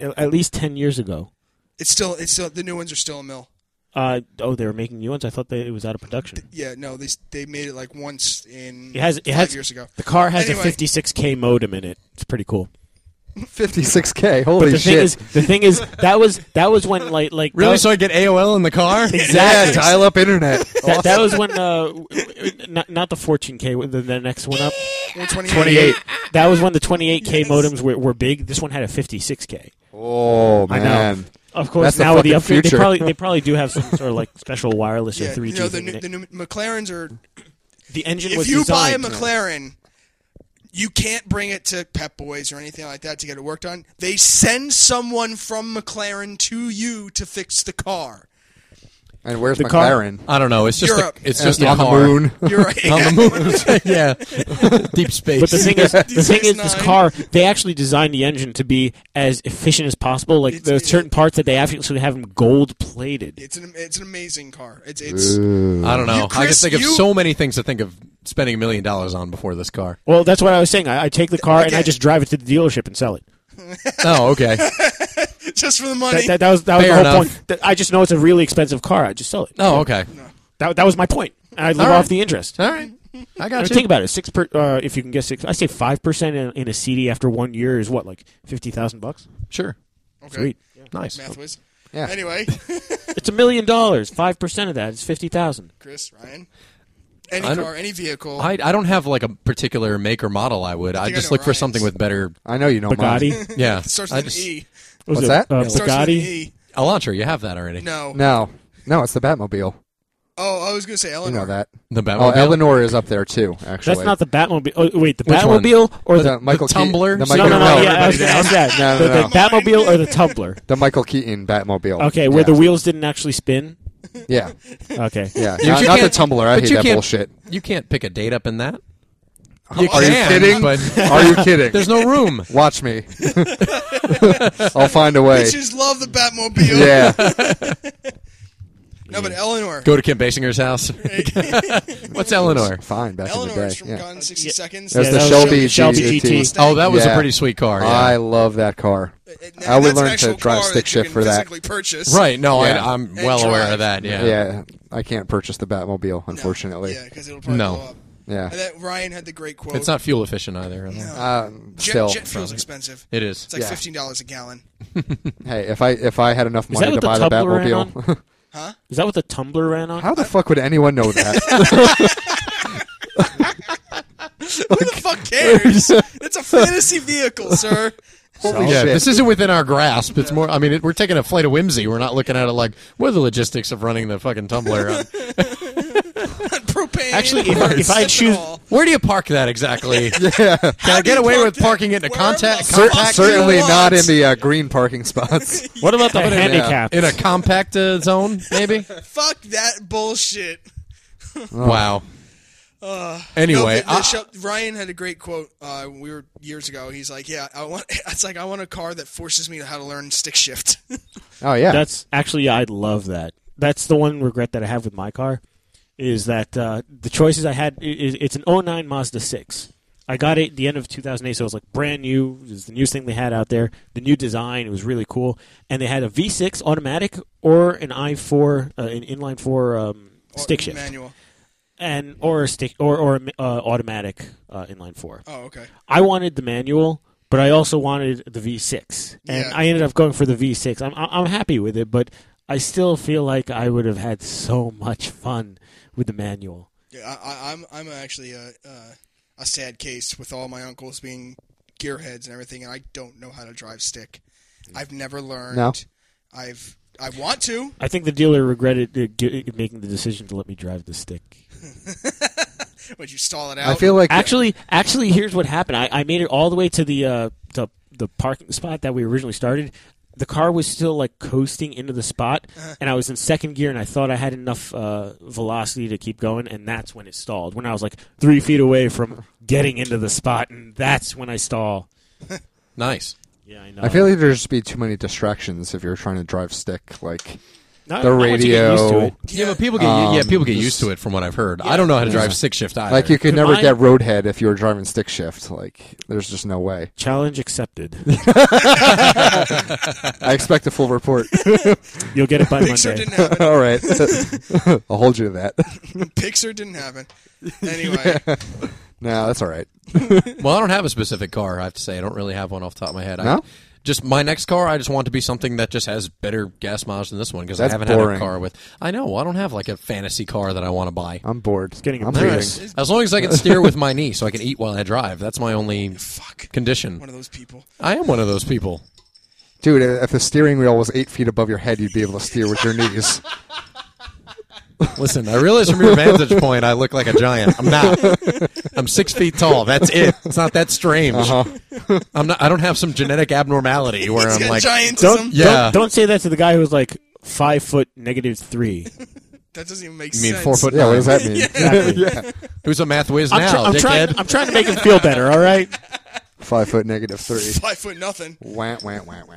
Speaker 1: a- at least ten years ago.
Speaker 4: It's still it's still the new ones are still a mill.
Speaker 1: Uh, oh, they were making new ones. I thought they, it was out of production.
Speaker 4: Yeah, no, they they made it like once in
Speaker 1: It has- it
Speaker 4: five
Speaker 1: has-
Speaker 4: years ago.
Speaker 1: The car has
Speaker 4: Anyway.
Speaker 1: a 56k modem in it. It's pretty cool.
Speaker 3: 56K. Holy
Speaker 1: the
Speaker 3: shit.
Speaker 1: thing is, the thing is, that was that was when like like
Speaker 2: Really?
Speaker 1: that-
Speaker 2: So I get AOL in the car?
Speaker 3: yeah,
Speaker 1: exactly.
Speaker 3: dial up internet.
Speaker 1: that, that was when uh, w- w- not not the 14k, the, the next one up.
Speaker 4: 128.
Speaker 1: That was when the 28k modems were, were big. This one had a 56k.
Speaker 3: Oh
Speaker 1: I know.
Speaker 3: man.
Speaker 1: Of course,
Speaker 3: That's the
Speaker 1: now with the
Speaker 3: fucking
Speaker 1: upgrade, they
Speaker 3: future.
Speaker 1: probably they probably do have some sort of like special wireless or
Speaker 4: Yeah,
Speaker 1: 3G.
Speaker 4: you know the
Speaker 1: thing
Speaker 4: new,
Speaker 1: in
Speaker 4: the
Speaker 1: it.
Speaker 4: new McLarens are.
Speaker 1: The engine
Speaker 4: If
Speaker 1: was
Speaker 4: you buy a
Speaker 1: designed.
Speaker 4: McLaren, you can't bring it to Pep Boys or anything like that to get it worked on. They send someone from McLaren to you to fix the car.
Speaker 3: And where's
Speaker 1: The car-
Speaker 3: McLaren?
Speaker 2: I don't know. It's just
Speaker 4: Europe.
Speaker 2: a, it's just
Speaker 3: on
Speaker 2: a
Speaker 3: the
Speaker 2: car.
Speaker 3: moon.
Speaker 4: You're right.
Speaker 2: on the moon. yeah, deep space.
Speaker 1: But the thing is, the thing is, this
Speaker 4: DS9.
Speaker 1: car they actually designed the engine to be as efficient as possible. Like
Speaker 4: It's-
Speaker 1: there are certain parts that they actually have them gold plated.
Speaker 4: It's an it's an amazing car. It's it's
Speaker 2: I don't know.
Speaker 4: You,
Speaker 2: I can
Speaker 4: Chris,
Speaker 2: think of
Speaker 4: you-
Speaker 2: so many things to think of spending a million dollars on before this car.
Speaker 1: Well, that's what I was saying. I, I take the car and I
Speaker 4: Okay.
Speaker 1: just drive it to the dealership and sell it.
Speaker 2: Oh, okay.
Speaker 4: just for the
Speaker 1: That,
Speaker 4: money.
Speaker 1: that, that was that was
Speaker 2: Fair
Speaker 1: the whole
Speaker 2: enough.
Speaker 1: point. That- I just know it's a really expensive car. I just sell it.
Speaker 2: Oh, okay.
Speaker 1: That, that was my point. And I live
Speaker 2: right.
Speaker 1: off the interest.
Speaker 2: All right.
Speaker 1: I
Speaker 2: I
Speaker 1: mean,
Speaker 2: got you.
Speaker 1: think about it. Six per, uh, if you can get six, I say five percent in, in a CD after one year is what like fifty thousand bucks.
Speaker 2: Sure.
Speaker 4: okay.
Speaker 1: Sweet,
Speaker 2: Nice.
Speaker 4: Math whiz.
Speaker 3: Yeah.
Speaker 4: Anyway,
Speaker 1: it's a million dollars. Five percent of that is fifty thousand.
Speaker 4: Chris, Ryan, any
Speaker 2: I don't-
Speaker 4: car, any vehicle.
Speaker 2: I, I don't have like a particular make or model. I would. I,
Speaker 4: think I
Speaker 2: just
Speaker 4: know
Speaker 2: look for
Speaker 4: Ryan's.
Speaker 2: something with better.
Speaker 3: I know
Speaker 2: Oh,
Speaker 3: you don't
Speaker 1: Bugatti.
Speaker 3: mind.
Speaker 1: What
Speaker 2: Yeah.
Speaker 4: It starts
Speaker 2: I
Speaker 4: with an
Speaker 2: just-
Speaker 4: E.
Speaker 1: was
Speaker 3: What's
Speaker 1: it?
Speaker 3: that?
Speaker 1: Uh,
Speaker 4: It starts with an
Speaker 1: Bugatti.
Speaker 4: E.
Speaker 2: Elantra, you have that already.
Speaker 4: No.
Speaker 3: No, no, it's the Batmobile.
Speaker 4: Oh, I was gonna say
Speaker 3: You
Speaker 4: Eleanor.
Speaker 3: know that.
Speaker 2: The Batmobile.
Speaker 3: Oh, Eleanor is up there too. Actually,
Speaker 1: That's not the Batmobile. Oh, wait, the
Speaker 2: Which one?
Speaker 1: Batmobile or the,
Speaker 3: the, Michael
Speaker 2: the
Speaker 3: Keaton-
Speaker 2: tumbler?
Speaker 3: The
Speaker 2: No,
Speaker 1: no, no,
Speaker 3: Michael,
Speaker 1: no,
Speaker 2: Everybody
Speaker 1: yeah, I was going to
Speaker 2: down.
Speaker 1: ask that.
Speaker 3: No, no,
Speaker 1: the, the
Speaker 3: no.
Speaker 1: Batmobile or the Tumbler?
Speaker 3: the Michael Keaton Batmobile.
Speaker 1: Okay, where
Speaker 3: yeah.
Speaker 1: the wheels didn't actually spin.
Speaker 3: yeah,
Speaker 1: Okay,
Speaker 3: yeah,
Speaker 2: You-
Speaker 3: not,
Speaker 2: you
Speaker 3: not the
Speaker 2: can't-
Speaker 3: tumbler. I
Speaker 2: but
Speaker 3: hate
Speaker 2: you
Speaker 3: that
Speaker 2: can't-
Speaker 3: bullshit.
Speaker 2: You can't pick a date up in that.
Speaker 3: Are you
Speaker 2: can,
Speaker 3: kidding?
Speaker 2: But
Speaker 3: Are you kidding?
Speaker 2: there's no room.
Speaker 3: Watch me. I'll find a way.
Speaker 4: Bitches love the Batmobile.
Speaker 3: Yeah,
Speaker 4: No, but Eleanor.
Speaker 2: Go to Kim Basinger's house. What's Eleanor?
Speaker 3: fine. Back in the
Speaker 4: Eleanor's
Speaker 3: day.
Speaker 4: from
Speaker 3: Yeah.
Speaker 4: Gone 60
Speaker 1: Yeah.
Speaker 4: Seconds.
Speaker 3: There's
Speaker 1: Yeah,
Speaker 3: the
Speaker 1: that was
Speaker 3: Shelby,
Speaker 1: Shelby
Speaker 3: GT.
Speaker 1: GT.
Speaker 2: Oh, that was
Speaker 3: Yeah.
Speaker 2: a pretty sweet car. yeah.
Speaker 3: I love that car.
Speaker 4: And
Speaker 3: I would
Speaker 4: Uh, that's an
Speaker 3: learn to
Speaker 4: actual
Speaker 3: drive
Speaker 4: car
Speaker 3: stick
Speaker 4: that you
Speaker 3: shift
Speaker 4: can
Speaker 3: for that.
Speaker 4: physically Purchase.
Speaker 2: Right. No,
Speaker 3: Yeah.
Speaker 2: I, I'm well
Speaker 4: And
Speaker 2: aware
Speaker 4: drive.
Speaker 2: of that.
Speaker 3: Yeah.
Speaker 2: Yeah.
Speaker 3: I can't purchase the Batmobile,
Speaker 4: No.
Speaker 3: unfortunately.
Speaker 4: Yeah, because it'll probably
Speaker 2: No.
Speaker 4: blow up.
Speaker 3: Yeah,
Speaker 4: And that Ryan had the great quote.
Speaker 2: It's not fuel efficient either. I don't-
Speaker 3: Um,
Speaker 4: jet,
Speaker 3: still,
Speaker 4: jet fuel's expensive.
Speaker 2: It is.
Speaker 4: It's like
Speaker 3: Yeah.
Speaker 4: fifteen dollars a gallon.
Speaker 3: hey, if I if I had enough
Speaker 1: that
Speaker 3: money to
Speaker 1: what the
Speaker 3: buy the
Speaker 1: Tumbler ran on?
Speaker 3: Batmobile,
Speaker 4: Huh?
Speaker 1: is that what the Tumbler ran on?
Speaker 3: how the fuck would anyone know that?
Speaker 4: Who the fuck cares? it's a fantasy vehicle, sir.
Speaker 3: Holy
Speaker 2: yeah,
Speaker 3: shit!
Speaker 2: this isn't within our grasp. It's more. I mean, it, we're taking a flight of whimsy. We're not looking at it like what are the logistics of running the fucking tumbler. Uh,
Speaker 4: Propane.
Speaker 1: Actually, if-
Speaker 4: or
Speaker 1: if I had
Speaker 4: ethanol.
Speaker 1: shoes-
Speaker 2: Where do you park that exactly?
Speaker 3: yeah,
Speaker 2: Can I
Speaker 4: do you
Speaker 2: get away
Speaker 4: park
Speaker 2: with
Speaker 4: that?
Speaker 2: parking it in a
Speaker 4: Where
Speaker 2: contact
Speaker 4: am I?
Speaker 3: Cer-
Speaker 2: compact?
Speaker 3: certainly
Speaker 4: lot.
Speaker 3: not in the uh, green parking spots.
Speaker 1: What about the handicap?
Speaker 2: in a compact uh, zone, maybe.
Speaker 4: Fuck that bullshit.
Speaker 2: Wow.
Speaker 4: No,
Speaker 2: anyway, ah,
Speaker 4: the- the
Speaker 2: I-
Speaker 4: Shel- Ryan had a great quote. Uh, we were years ago. He's like, "Yeah, I want." It's like I want a car that forces me to how to learn stick shift.
Speaker 3: Oh yeah,
Speaker 1: That's actually I'd love that. That's the one regret that I have with my car is that uh, the choices I had is it's an 09 Mazda 6. I got it at the end of 2008 so it was like brand new, it was the newest thing they had out there, the new design, it was really cool and they had a V6 automatic or an i4 uh, an inline 4 um, stick shift
Speaker 4: manual.
Speaker 1: and or a stick or or a, uh, automatic uh, inline 4.
Speaker 4: Oh, okay.
Speaker 1: I wanted the manual, but I also wanted the V6, and
Speaker 4: Yeah.
Speaker 1: I ended up going for the V6. I'm I'm I'm happy with it, but I still feel like I would have had so much fun with the manual.
Speaker 4: Yeah, I, I, I'm I'm actually a, a a sad case with all my uncles being gearheads and everything, and I don't know how to drive stick. I've never learned.
Speaker 3: No.
Speaker 4: I've I want to.
Speaker 1: I think the dealer regretted uh, g- making the decision to let me drive the stick.
Speaker 4: Would you stall it out?
Speaker 3: I feel like
Speaker 1: Actually, actually, here's what happened. I, I made it all the way to the uh, to the parking spot that we originally started. The car was still like coasting into the spot, and I was in second gear, and I thought I had enough uh, velocity to keep going, and that's when it stalled. When I was like three feet away from getting into the spot, and that's when I stall.
Speaker 2: nice.
Speaker 1: Yeah, I know.
Speaker 3: I feel like there'd just be too many distractions if you're trying to drive stick, like
Speaker 1: Not-
Speaker 3: the
Speaker 1: not once you get
Speaker 3: radio.
Speaker 1: used to it.
Speaker 2: Yeah, but people get yeah people get used to it from what I've heard. I don't know how to drive six shift either.
Speaker 3: Like you could
Speaker 1: uh, Could
Speaker 3: never
Speaker 1: mine-
Speaker 3: get roadhead if you were driving stick shift. Like there's just no way.
Speaker 1: Challenge accepted.
Speaker 3: I expect a full report.
Speaker 1: You'll get it by
Speaker 4: Pixar
Speaker 1: Monday.
Speaker 4: didn't happen.
Speaker 3: All right, I'll hold you to that.
Speaker 4: Pixar didn't happen. Anyway,
Speaker 3: No, that's all right.
Speaker 2: Well, I don't have a specific car. I have to say, I don't really have one off the top of my head. I,
Speaker 3: No?
Speaker 2: just my next car, I just want to be something that just has better gas mileage than this one because I
Speaker 3: That's
Speaker 2: haven't
Speaker 3: boring.
Speaker 2: had a car with. I know I don't have like a fantasy car that I want to buy.
Speaker 3: I'm bored.
Speaker 1: getting a
Speaker 3: I'm
Speaker 1: Prius.
Speaker 3: leaving.
Speaker 2: As long as I can steer with my knee, so I can eat while I drive. That's my only
Speaker 4: fuck. One
Speaker 2: condition.
Speaker 4: of those people.
Speaker 2: I am one of those people.
Speaker 3: dude. If the steering wheel was eight feet above your head, you'd be able to steer with your knees.
Speaker 2: Listen, I realize from your vantage point, I look like a giant. I'm not. I'm six feet tall. That's it. It's not that strange.
Speaker 3: Uh-huh.
Speaker 2: I'm not. I don't have some genetic abnormality where
Speaker 4: It's
Speaker 2: I'm
Speaker 4: got
Speaker 2: like.
Speaker 4: giantism.
Speaker 1: Don't,
Speaker 2: Yeah.
Speaker 1: don't don't say that to the guy who's like, five foot negative three.
Speaker 4: That doesn't even make
Speaker 2: You
Speaker 4: sense.
Speaker 2: mean four foot
Speaker 3: Yeah, what does
Speaker 2: nine?
Speaker 3: that mean?
Speaker 2: Who's a math whiz
Speaker 1: I'm, tr-
Speaker 2: now,
Speaker 1: I'm
Speaker 2: dickhead?
Speaker 1: trying. I'm trying to make him feel better. All right.
Speaker 3: Five foot negative three.
Speaker 4: Five foot nothing.
Speaker 3: Wah, wah, wah, wah.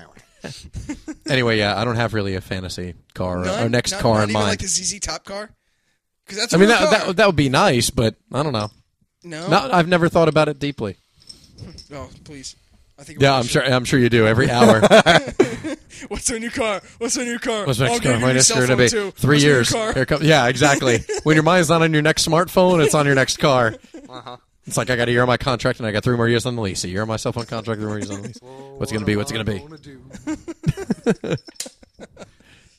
Speaker 2: Anyway, yeah, I don't have really a fantasy car or-
Speaker 4: None?
Speaker 2: or next
Speaker 4: Not-
Speaker 2: car
Speaker 4: not
Speaker 2: in
Speaker 4: even
Speaker 2: mind.
Speaker 4: Like the ZZ Top car. Because that's.
Speaker 2: I mean,
Speaker 4: a real
Speaker 2: that,
Speaker 4: car. Oh.
Speaker 2: that that would be nice, but I don't know.
Speaker 4: no.
Speaker 2: Not, I've never thought about it deeply.
Speaker 4: Oh, please. I think.
Speaker 2: Yeah,
Speaker 4: we're-
Speaker 2: I'm sure. I'm sure you do every hour.
Speaker 4: What's our new car? What's our new car?
Speaker 2: What's next
Speaker 4: I'll give
Speaker 2: car?
Speaker 4: you
Speaker 2: My
Speaker 4: your
Speaker 2: next
Speaker 4: cell
Speaker 2: car gonna
Speaker 4: phone,
Speaker 2: be
Speaker 4: too.
Speaker 2: three
Speaker 4: What's our new
Speaker 2: years.
Speaker 4: car?
Speaker 2: Here comes, yeah, exactly. when your mind's not on your next smartphone, it's on your next car. It's like I got a year on my contract and I got three more years on the lease. A year on my cell phone contract, three more years on the lease. What's it gonna be? What's it gonna be?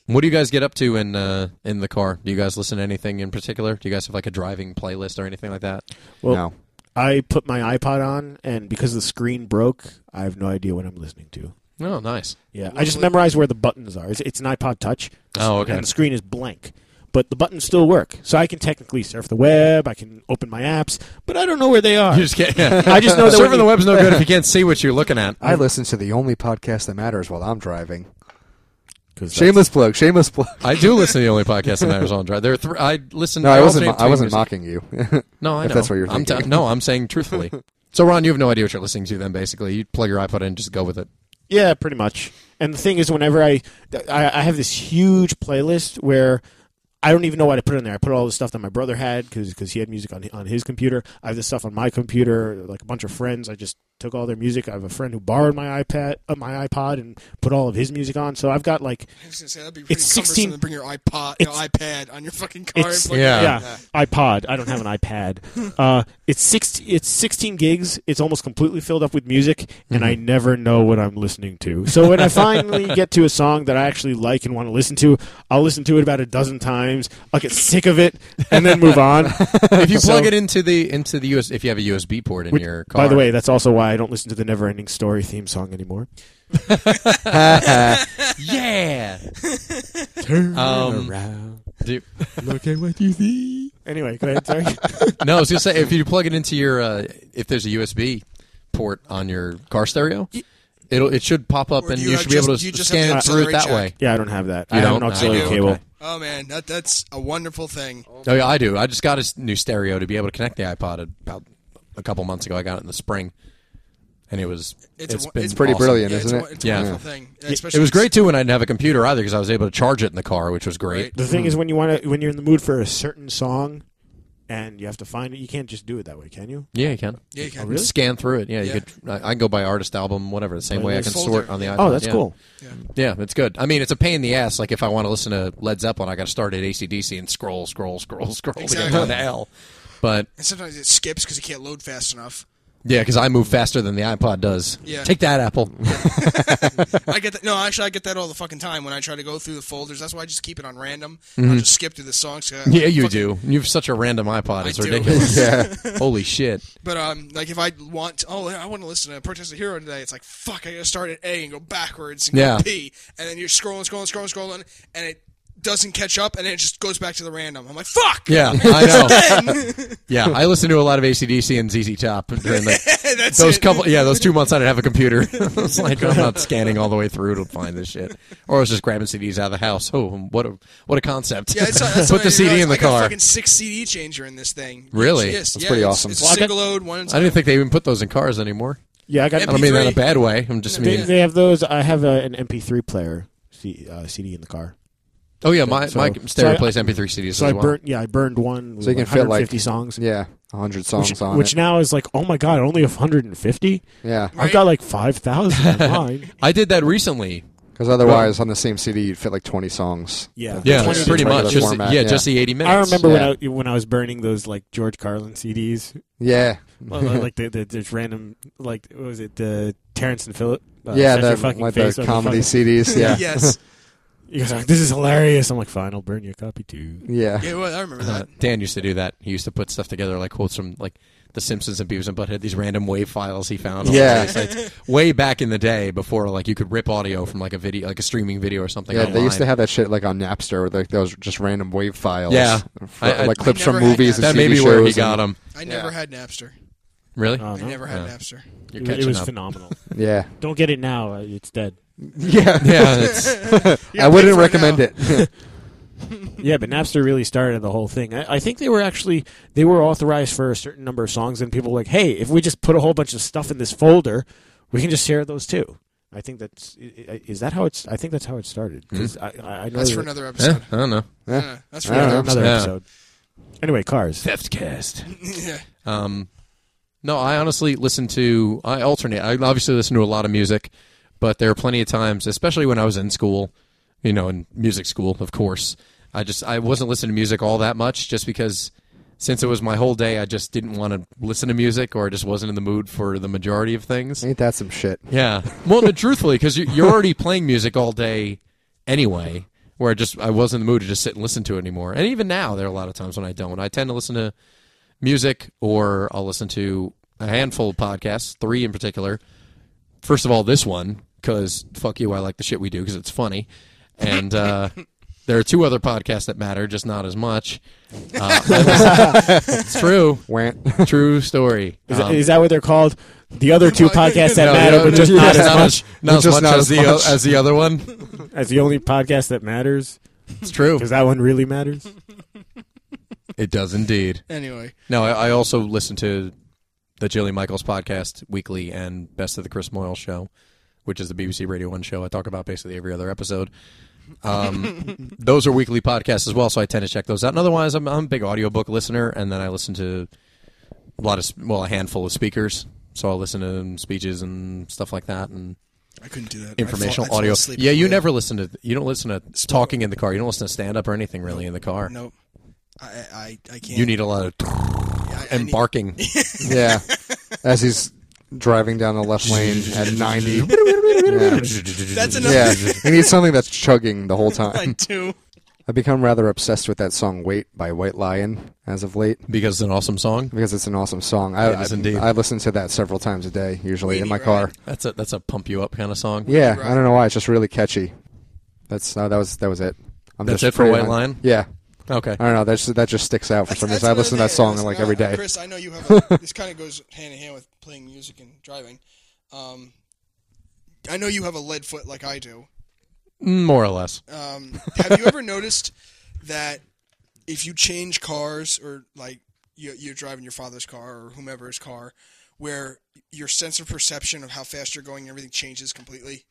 Speaker 2: What do you guys get up to in uh, in the car? Do you guys listen to anything in particular? Do you guys have like a driving playlist or anything like that?
Speaker 1: Well,
Speaker 3: No.
Speaker 1: I put my iPod on, and because the screen broke, I have no idea what I'm listening to.
Speaker 2: No, Oh, nice.
Speaker 1: Yeah, I just memorize where the buttons are. It's, it's an iPod Touch.
Speaker 2: Oh, okay.
Speaker 1: And the screen is blank, but the buttons still work, so I can technically surf the web. I can open my apps, but I don't know where they are.
Speaker 2: You just can't. Yeah.
Speaker 1: I just know that
Speaker 2: Serving
Speaker 1: when
Speaker 2: the
Speaker 1: you-
Speaker 2: web's no good if you can't see what you're looking at.
Speaker 3: I listen to the only podcast that matters while I'm driving.
Speaker 1: 'Cause that's-
Speaker 3: Shameless plug. Shameless plug.
Speaker 2: I do listen to the only podcast that matters on drive. There, are three, I listen.
Speaker 3: No, I wasn't.
Speaker 2: alternate
Speaker 3: I wasn't
Speaker 2: between
Speaker 3: mocking you.
Speaker 2: No, I
Speaker 3: if
Speaker 2: know.
Speaker 3: that's what you're
Speaker 2: I'm
Speaker 3: thinking.
Speaker 2: t- no, I'm saying truthfully. so, Ron, you have no idea what you're listening to. Then, basically, you plug your iPod in and just go with it.
Speaker 1: Yeah, pretty much. And the thing is, whenever I, I, I have this huge playlist where I don't even know why to put it in there. I put all the stuff that my brother had because he had music on on his computer. I have this stuff on my computer. Like a bunch of friends, I just took all their music. I have a friend who borrowed my iPad, uh, my iPod, and put all of his music on. So I've got like
Speaker 4: I was gonna say that'd be pretty
Speaker 1: It's
Speaker 4: cumbersome
Speaker 1: 16
Speaker 4: to bring your iPod, no,
Speaker 1: It's-
Speaker 4: iPad on your fucking car.
Speaker 1: it's
Speaker 4: and plug it
Speaker 2: Yeah.
Speaker 4: in.
Speaker 1: yeah, iPod. I don't have an iPad. Uh, it's six. It's sixteen gigs. It's almost completely filled up with music, and I
Speaker 2: Mm-hmm.
Speaker 1: never know what I'm listening to. So when I finally get to a song that I actually like and want to listen to, I'll listen to it about a dozen times. I'll get sick of it and then move on.
Speaker 2: If you plug
Speaker 1: So-
Speaker 2: it into the into the US, if you have a USB port in
Speaker 1: Which,
Speaker 2: your car,
Speaker 1: by the way, that's also why I don't listen to the Never Ending Story theme song anymore.
Speaker 2: yeah.
Speaker 1: Turn
Speaker 2: Um,
Speaker 1: around.
Speaker 2: Do-
Speaker 1: Look at what you see. Anyway, go ahead. Sorry.
Speaker 2: no, I was gonna say if you plug it into your uh, if there's a USB port on your car stereo, it'll it should pop up
Speaker 4: Or
Speaker 2: and
Speaker 4: do
Speaker 2: you,
Speaker 4: you
Speaker 2: should be
Speaker 4: have
Speaker 2: able
Speaker 4: just- you
Speaker 2: to
Speaker 4: just
Speaker 2: scan
Speaker 4: have
Speaker 2: it
Speaker 4: to
Speaker 2: through it that
Speaker 4: accelerate
Speaker 2: way.
Speaker 4: jack?
Speaker 1: yeah, I don't have that.
Speaker 2: You
Speaker 1: I have
Speaker 2: don't?
Speaker 1: an auxiliary
Speaker 2: Oh,
Speaker 1: cable.
Speaker 2: okay.
Speaker 4: Oh man, that that's a wonderful thing.
Speaker 2: Oh yeah, I do. I just got a new stereo to be able to connect the iPod about a couple months ago. I got it in the spring, and it was
Speaker 4: It's a
Speaker 2: it's
Speaker 4: wo-
Speaker 2: been
Speaker 4: it's
Speaker 3: pretty
Speaker 2: awesome.
Speaker 4: Yeah,
Speaker 3: brilliant,
Speaker 4: it's
Speaker 3: isn't
Speaker 4: a,
Speaker 3: it?
Speaker 4: it's a
Speaker 2: Yeah.
Speaker 4: wonderful thing. Especially
Speaker 2: It was great too when I didn't have a computer either because I was able to charge it in the car, which was great.
Speaker 1: The thing is, when you want to, when you're in the mood for a certain song, and you have to find it, you can't just do it that way, can you?
Speaker 2: Yeah, you can.
Speaker 4: Yeah, you can.
Speaker 1: Oh, really?
Speaker 2: Scan through it. Yeah,
Speaker 4: Yeah.
Speaker 2: you could. I, I can go by artist album, whatever. The same way I can
Speaker 4: Folder.
Speaker 2: sort on the iPod.
Speaker 1: Oh, that's
Speaker 2: yeah.
Speaker 1: cool.
Speaker 2: Yeah, it's good. I mean, it's a pain in the ass. Like if I want to listen to Led Zeppelin, I got to start at ACDC and scroll, scroll, scroll, scroll to get
Speaker 4: Exactly.
Speaker 2: down to L. But
Speaker 4: And sometimes it skips because you can't load fast enough.
Speaker 2: yeah, because I move faster than the iPod does.
Speaker 4: Yeah.
Speaker 2: Take that, Apple.
Speaker 4: I get that. No, actually, I get that all the fucking time when I try to go through the folders. That's why I just keep it on random. I'll just skip through the songs. 'cause I-
Speaker 2: Mm-hmm. yeah, you
Speaker 4: fucking-
Speaker 2: do. You have such a random iPod.
Speaker 4: I
Speaker 2: It's
Speaker 4: do.
Speaker 2: ridiculous. Holy shit.
Speaker 4: But um, like if I want, to, oh, I want to listen to Protest the Hero today. It's like fuck, I gotta start at A and go backwards and
Speaker 2: Yeah.
Speaker 4: go P, and then you're scrolling, scrolling, scrolling, scrolling, and it doesn't catch up, and then it just goes back to the random. I'm like, fuck.
Speaker 2: Yeah, I know. yeah, I listened to a lot of ACDC and ZZ Top during the,
Speaker 4: That's
Speaker 2: those
Speaker 4: it.
Speaker 2: couple. Yeah, those two months I didn't have a computer. I was like, I'm not scanning all the way through to find this shit, or I was just grabbing CDs out of the house. Oh, what a what a concept!
Speaker 4: Yeah, it's, uh, that's
Speaker 2: put
Speaker 4: what I
Speaker 2: the CD
Speaker 4: realized.
Speaker 2: in the
Speaker 4: I got a
Speaker 2: car.
Speaker 4: fucking six CD changer in this thing.
Speaker 2: Really?
Speaker 4: Yes.
Speaker 3: That's
Speaker 4: yeah,
Speaker 3: pretty
Speaker 4: it's-
Speaker 3: awesome.
Speaker 4: It's
Speaker 1: Well,
Speaker 4: a
Speaker 1: I got-
Speaker 4: single load one.
Speaker 2: I didn't think they even put those in cars anymore.
Speaker 1: Yeah, I got.
Speaker 2: I don't mean that in a
Speaker 4: MP3.
Speaker 2: bad way. I'm just
Speaker 1: They,
Speaker 2: mean.
Speaker 1: they have those. I have a, an MP3 player C, uh, CD in the car,
Speaker 2: Oh yeah, my
Speaker 1: So-
Speaker 2: my
Speaker 1: so
Speaker 2: stereo
Speaker 1: I-
Speaker 2: plays MP3 CDs
Speaker 1: so I
Speaker 2: as well.
Speaker 1: burnt. Yeah, I burned one. With
Speaker 3: So you
Speaker 1: like
Speaker 3: can fit, like-
Speaker 1: 150 songs.
Speaker 3: yeah, hundred songs
Speaker 1: Which,
Speaker 3: on
Speaker 1: which
Speaker 3: it.
Speaker 1: now is like, oh my god, only 150.
Speaker 3: Yeah,
Speaker 1: I've got like 5,000 on mine.
Speaker 2: I did that recently.
Speaker 3: because otherwise on the same CD you'd fit like twenty songs.
Speaker 1: Yeah.
Speaker 2: Yeah,
Speaker 3: Twenty
Speaker 2: pretty
Speaker 3: regular
Speaker 2: much. Just,
Speaker 3: format,
Speaker 2: yeah,
Speaker 3: yeah.
Speaker 2: just the 80 minutes.
Speaker 1: I remember
Speaker 3: Yeah.
Speaker 1: when I when I was burning those like George Carlin CDs,
Speaker 3: Yeah,
Speaker 1: Well, like the, the there's random like what was it the Terrence and Philip? Uh,
Speaker 3: yeah,
Speaker 1: Set Your
Speaker 3: the,
Speaker 1: Fucking
Speaker 3: like
Speaker 1: Face
Speaker 3: the
Speaker 1: on
Speaker 3: comedy
Speaker 1: Fucking-
Speaker 3: CDs. Yeah,
Speaker 4: yes.
Speaker 1: You guys are like, this is hilarious. I'm like, fine, I'll burn you a copy too.
Speaker 3: yeah.
Speaker 4: Yeah, well, I remember
Speaker 2: Uh,
Speaker 4: that.
Speaker 2: Dan used to do that. He used to put stuff together like quotes from like The Simpsons and Beavis and Butthead, these random wave files he found. on
Speaker 3: Yeah.
Speaker 2: these sites. way back in the day before like you could rip audio from like a video, like a streaming video or something.
Speaker 3: Yeah, they used
Speaker 2: online.
Speaker 3: to have that shit like on Napster, with, like those just random wave files.
Speaker 2: Yeah.
Speaker 3: for-
Speaker 2: I- I-
Speaker 3: like clips
Speaker 4: I never
Speaker 3: from
Speaker 4: had
Speaker 3: movies.
Speaker 4: that.
Speaker 3: And
Speaker 2: That
Speaker 3: TV
Speaker 2: may be
Speaker 3: shows
Speaker 2: where he
Speaker 3: and-
Speaker 2: got them.
Speaker 4: I never had Napster.
Speaker 2: Really?
Speaker 1: Oh,
Speaker 4: I
Speaker 1: no?
Speaker 4: never had
Speaker 2: Yeah.
Speaker 4: Napster.
Speaker 1: It,
Speaker 2: You're
Speaker 1: was-
Speaker 2: catching
Speaker 1: it was
Speaker 2: up.
Speaker 1: phenomenal.
Speaker 3: Yeah,
Speaker 1: Don't get it now; uh, it's dead.
Speaker 3: Yeah,
Speaker 2: Yeah, it's,
Speaker 3: I wouldn't
Speaker 4: for it
Speaker 3: recommend
Speaker 4: now.
Speaker 3: it. Yeah.
Speaker 1: Yeah, but Napster really started the whole thing. I, I think they were actually they were authorized for a certain number of songs, and people were like, hey, if we just put a whole bunch of stuff in this folder, we can just share those too. I think that's i- i- is that how it's. I think that's how it started.
Speaker 2: Hmm.
Speaker 1: 'Cause I, I, I know
Speaker 4: That's
Speaker 3: Oh,
Speaker 4: for
Speaker 1: that-
Speaker 4: another episode.
Speaker 2: eh, I don't know.
Speaker 4: Yeah, that's for
Speaker 3: I don't
Speaker 4: another
Speaker 3: know.
Speaker 4: episode.
Speaker 1: another
Speaker 2: Yeah.
Speaker 1: episode. Anyway, cars.
Speaker 2: Theftcast.
Speaker 4: yeah.
Speaker 2: Um, no, I honestly listen to. I alternate. I obviously listen to a lot of music, but there are plenty of times, especially when I was in school, you know, in music school, of course. I just I wasn't listening to music all that much, just because since it was my whole day, I just didn't want to listen to music, or I just wasn't in the mood for the majority of things.
Speaker 3: Ain't that some shit?
Speaker 2: Yeah. Well, no, truthfully, because you, you're already playing music all day anyway. Where I just I wasn't in the mood to just sit and listen to it anymore. And even now, there are a lot of times when I don't. I tend to listen to music, or I'll listen to a handful of podcasts, three in particular. First of all, this one because fuck you, I like the shit we do because it's funny, and uh, there are two other podcasts that matter, just not as much. Uh, I listen- it's true,
Speaker 3: Went.
Speaker 2: true story.
Speaker 1: Is, that-
Speaker 2: Um,
Speaker 1: is that what they're called? The other two podcasts that
Speaker 2: no,
Speaker 1: matter,
Speaker 2: no,
Speaker 1: but
Speaker 2: no,
Speaker 1: just
Speaker 2: no,
Speaker 1: not
Speaker 2: no,
Speaker 1: as much.
Speaker 2: Not as
Speaker 3: Just
Speaker 2: much
Speaker 3: not
Speaker 2: as
Speaker 3: as
Speaker 2: the
Speaker 3: much.
Speaker 2: as the other one.
Speaker 1: As the only podcast that matters,
Speaker 2: It's true.
Speaker 1: because that one really matters.
Speaker 2: It does indeed.
Speaker 4: Anyway,
Speaker 2: No, I, I also listen to the Jilly Michaels podcast weekly and Best of the Chris Moyle show, which is the BBC Radio One show. I talk about basically every other episode. Um, those are weekly podcasts as well, so I tend to check those out. And otherwise, I'm, I'm a big audiobook listener, and then I listen to a lot of, s- well, a handful of speakers. So I'll listen to speeches and stuff like that, and
Speaker 4: I couldn't do that.
Speaker 2: informational
Speaker 4: I fall- I fall
Speaker 2: audio.
Speaker 4: asleep
Speaker 2: Yeah,
Speaker 4: if I
Speaker 2: you
Speaker 4: did.
Speaker 2: never listen to you don't listen to talking in the car. You don't listen to stand up or anything really in the car.
Speaker 4: Nope. I I, I can't.
Speaker 2: You need a lot of
Speaker 4: I, I
Speaker 2: and
Speaker 4: need-
Speaker 2: barking.
Speaker 3: Yeah, as he's driving down the left lane at ninety. Yeah.
Speaker 4: That's another.
Speaker 3: yeah, you need something that's chugging the whole
Speaker 4: I
Speaker 3: time.
Speaker 4: do.
Speaker 3: I've become rather obsessed with that song "Wait" by White Lion as of late
Speaker 2: because it's an awesome song.
Speaker 3: because it's an awesome song. I,
Speaker 2: It is
Speaker 3: I-
Speaker 2: indeed.
Speaker 3: I listen to that several times a day, usually in
Speaker 4: Waiting
Speaker 3: my
Speaker 4: Ride.
Speaker 3: car.
Speaker 2: That's a that's a pump you up kind of song.
Speaker 3: Yeah,
Speaker 4: Right.
Speaker 3: I don't know why. It's just really catchy. That's uh, that was that was it. I'm
Speaker 2: That's
Speaker 3: just
Speaker 2: it for
Speaker 3: pretty
Speaker 2: White
Speaker 3: much-
Speaker 2: Lion?
Speaker 3: Yeah,
Speaker 2: Okay.
Speaker 3: I don't know. That just, that just sticks out for some reason. I
Speaker 4: another
Speaker 3: listen to that
Speaker 4: thing.
Speaker 3: song
Speaker 4: Listen,
Speaker 3: like
Speaker 4: uh,
Speaker 3: every day.
Speaker 4: Chris, I know you have. A, this kind of goes hand in hand with playing music and driving. Um, I know you have a lead foot like I do.
Speaker 2: Mm, More or less.
Speaker 4: Um, have you ever noticed that if you change cars or like you, you're driving your father's car or whomever's car, where your sense of perception of how fast you're going and everything changes completely?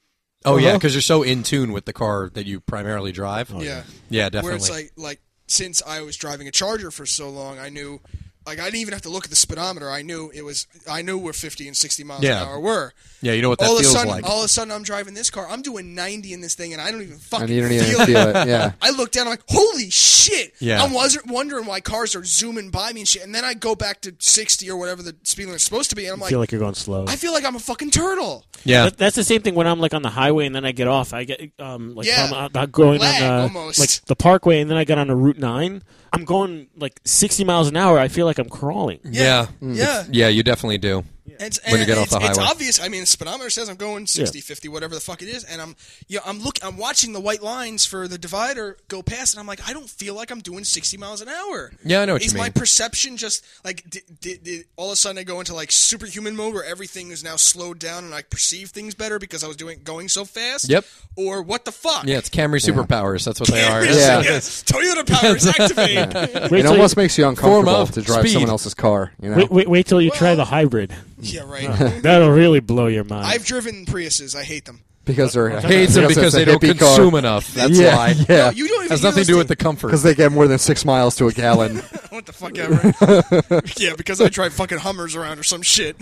Speaker 2: Oh yeah, because you're so in tune with the car that you primarily drive.
Speaker 4: yeah.
Speaker 2: Yeah, definitely.
Speaker 4: Where it's like like since I was driving a Charger for so long, I knew like I didn't even have to look at the speedometer. I knew it was I knew where 50 and 60 miles
Speaker 2: Yeah.
Speaker 4: an hour were.
Speaker 2: yeah, you know what that
Speaker 4: all of a
Speaker 2: feels
Speaker 4: sudden,
Speaker 2: like.
Speaker 4: all of a sudden, I'm driving this car. I'm doing 90 in this thing, and I don't even fucking
Speaker 3: And you don't even
Speaker 4: feel it.
Speaker 3: feel it. Yeah,
Speaker 4: I look down. I'm like, holy shit!
Speaker 2: Yeah.
Speaker 4: I'm was wondering why cars are zooming by me and shit. And then I go back to 60 or whatever the speed limit's supposed to be, and I'm
Speaker 1: I
Speaker 4: like,
Speaker 1: feel like you're going slow.
Speaker 4: I feel like I'm a fucking turtle.
Speaker 2: yeah.
Speaker 1: That, that's the same thing when I'm like on the highway and then I get off. I get um like
Speaker 4: Yeah.
Speaker 1: I'm, uh, uh, going
Speaker 4: Lag,
Speaker 1: on the,
Speaker 4: almost.
Speaker 1: like the parkway and then I get on a Route Nine. I'm going like 60 miles an hour. I feel like I'm crawling.
Speaker 2: yeah.
Speaker 4: Yeah.
Speaker 2: Yeah, you definitely do.
Speaker 4: It's,
Speaker 2: When you
Speaker 4: and
Speaker 2: get off
Speaker 4: it's,
Speaker 2: the
Speaker 4: it's
Speaker 2: highway.
Speaker 4: obvious. I mean, the speedometer says I'm going 60, 50, whatever the fuck it is, and I'm you know, I'm look I'm watching the white lines for the divider go past, and I'm like, I don't feel like I'm doing 60 miles an hour.
Speaker 2: Yeah, I know what
Speaker 4: is
Speaker 2: you
Speaker 4: my
Speaker 2: mean.
Speaker 4: perception just like d- d- d- all of a sudden I go into like superhuman mode where everything is now slowed down and I perceive things better because I was doing going so fast?
Speaker 2: Yep.
Speaker 4: Or what the fuck?
Speaker 2: Yeah, it's Camry superpowers. That's what they are.
Speaker 4: yeah.
Speaker 3: Yeah.
Speaker 4: Toyota power is activated.
Speaker 1: Wait
Speaker 3: it
Speaker 1: till
Speaker 3: almost
Speaker 1: you,
Speaker 3: makes you uncomfortable
Speaker 2: of
Speaker 3: to drive
Speaker 2: speed.
Speaker 3: someone else's car. You know,
Speaker 1: wait, wait wait till you try the hybrid.
Speaker 4: yeah, right.
Speaker 1: That'll really blow your mind.
Speaker 4: I've driven Priuses. I hate them.
Speaker 3: because they're
Speaker 2: Hates them
Speaker 3: it's
Speaker 2: because
Speaker 3: a
Speaker 2: they don't
Speaker 3: hippie
Speaker 2: consume
Speaker 3: car.
Speaker 2: enough. That's
Speaker 3: yeah,
Speaker 2: why.
Speaker 3: yeah.
Speaker 4: No, Oh, you don't even
Speaker 2: Has
Speaker 4: hear
Speaker 2: nothing to
Speaker 4: those
Speaker 2: do with the
Speaker 4: things.
Speaker 2: comfort.
Speaker 3: because they get more than six miles to a gallon.
Speaker 4: What the fuck ever? yeah, because I drive fucking Hummers around or some shit.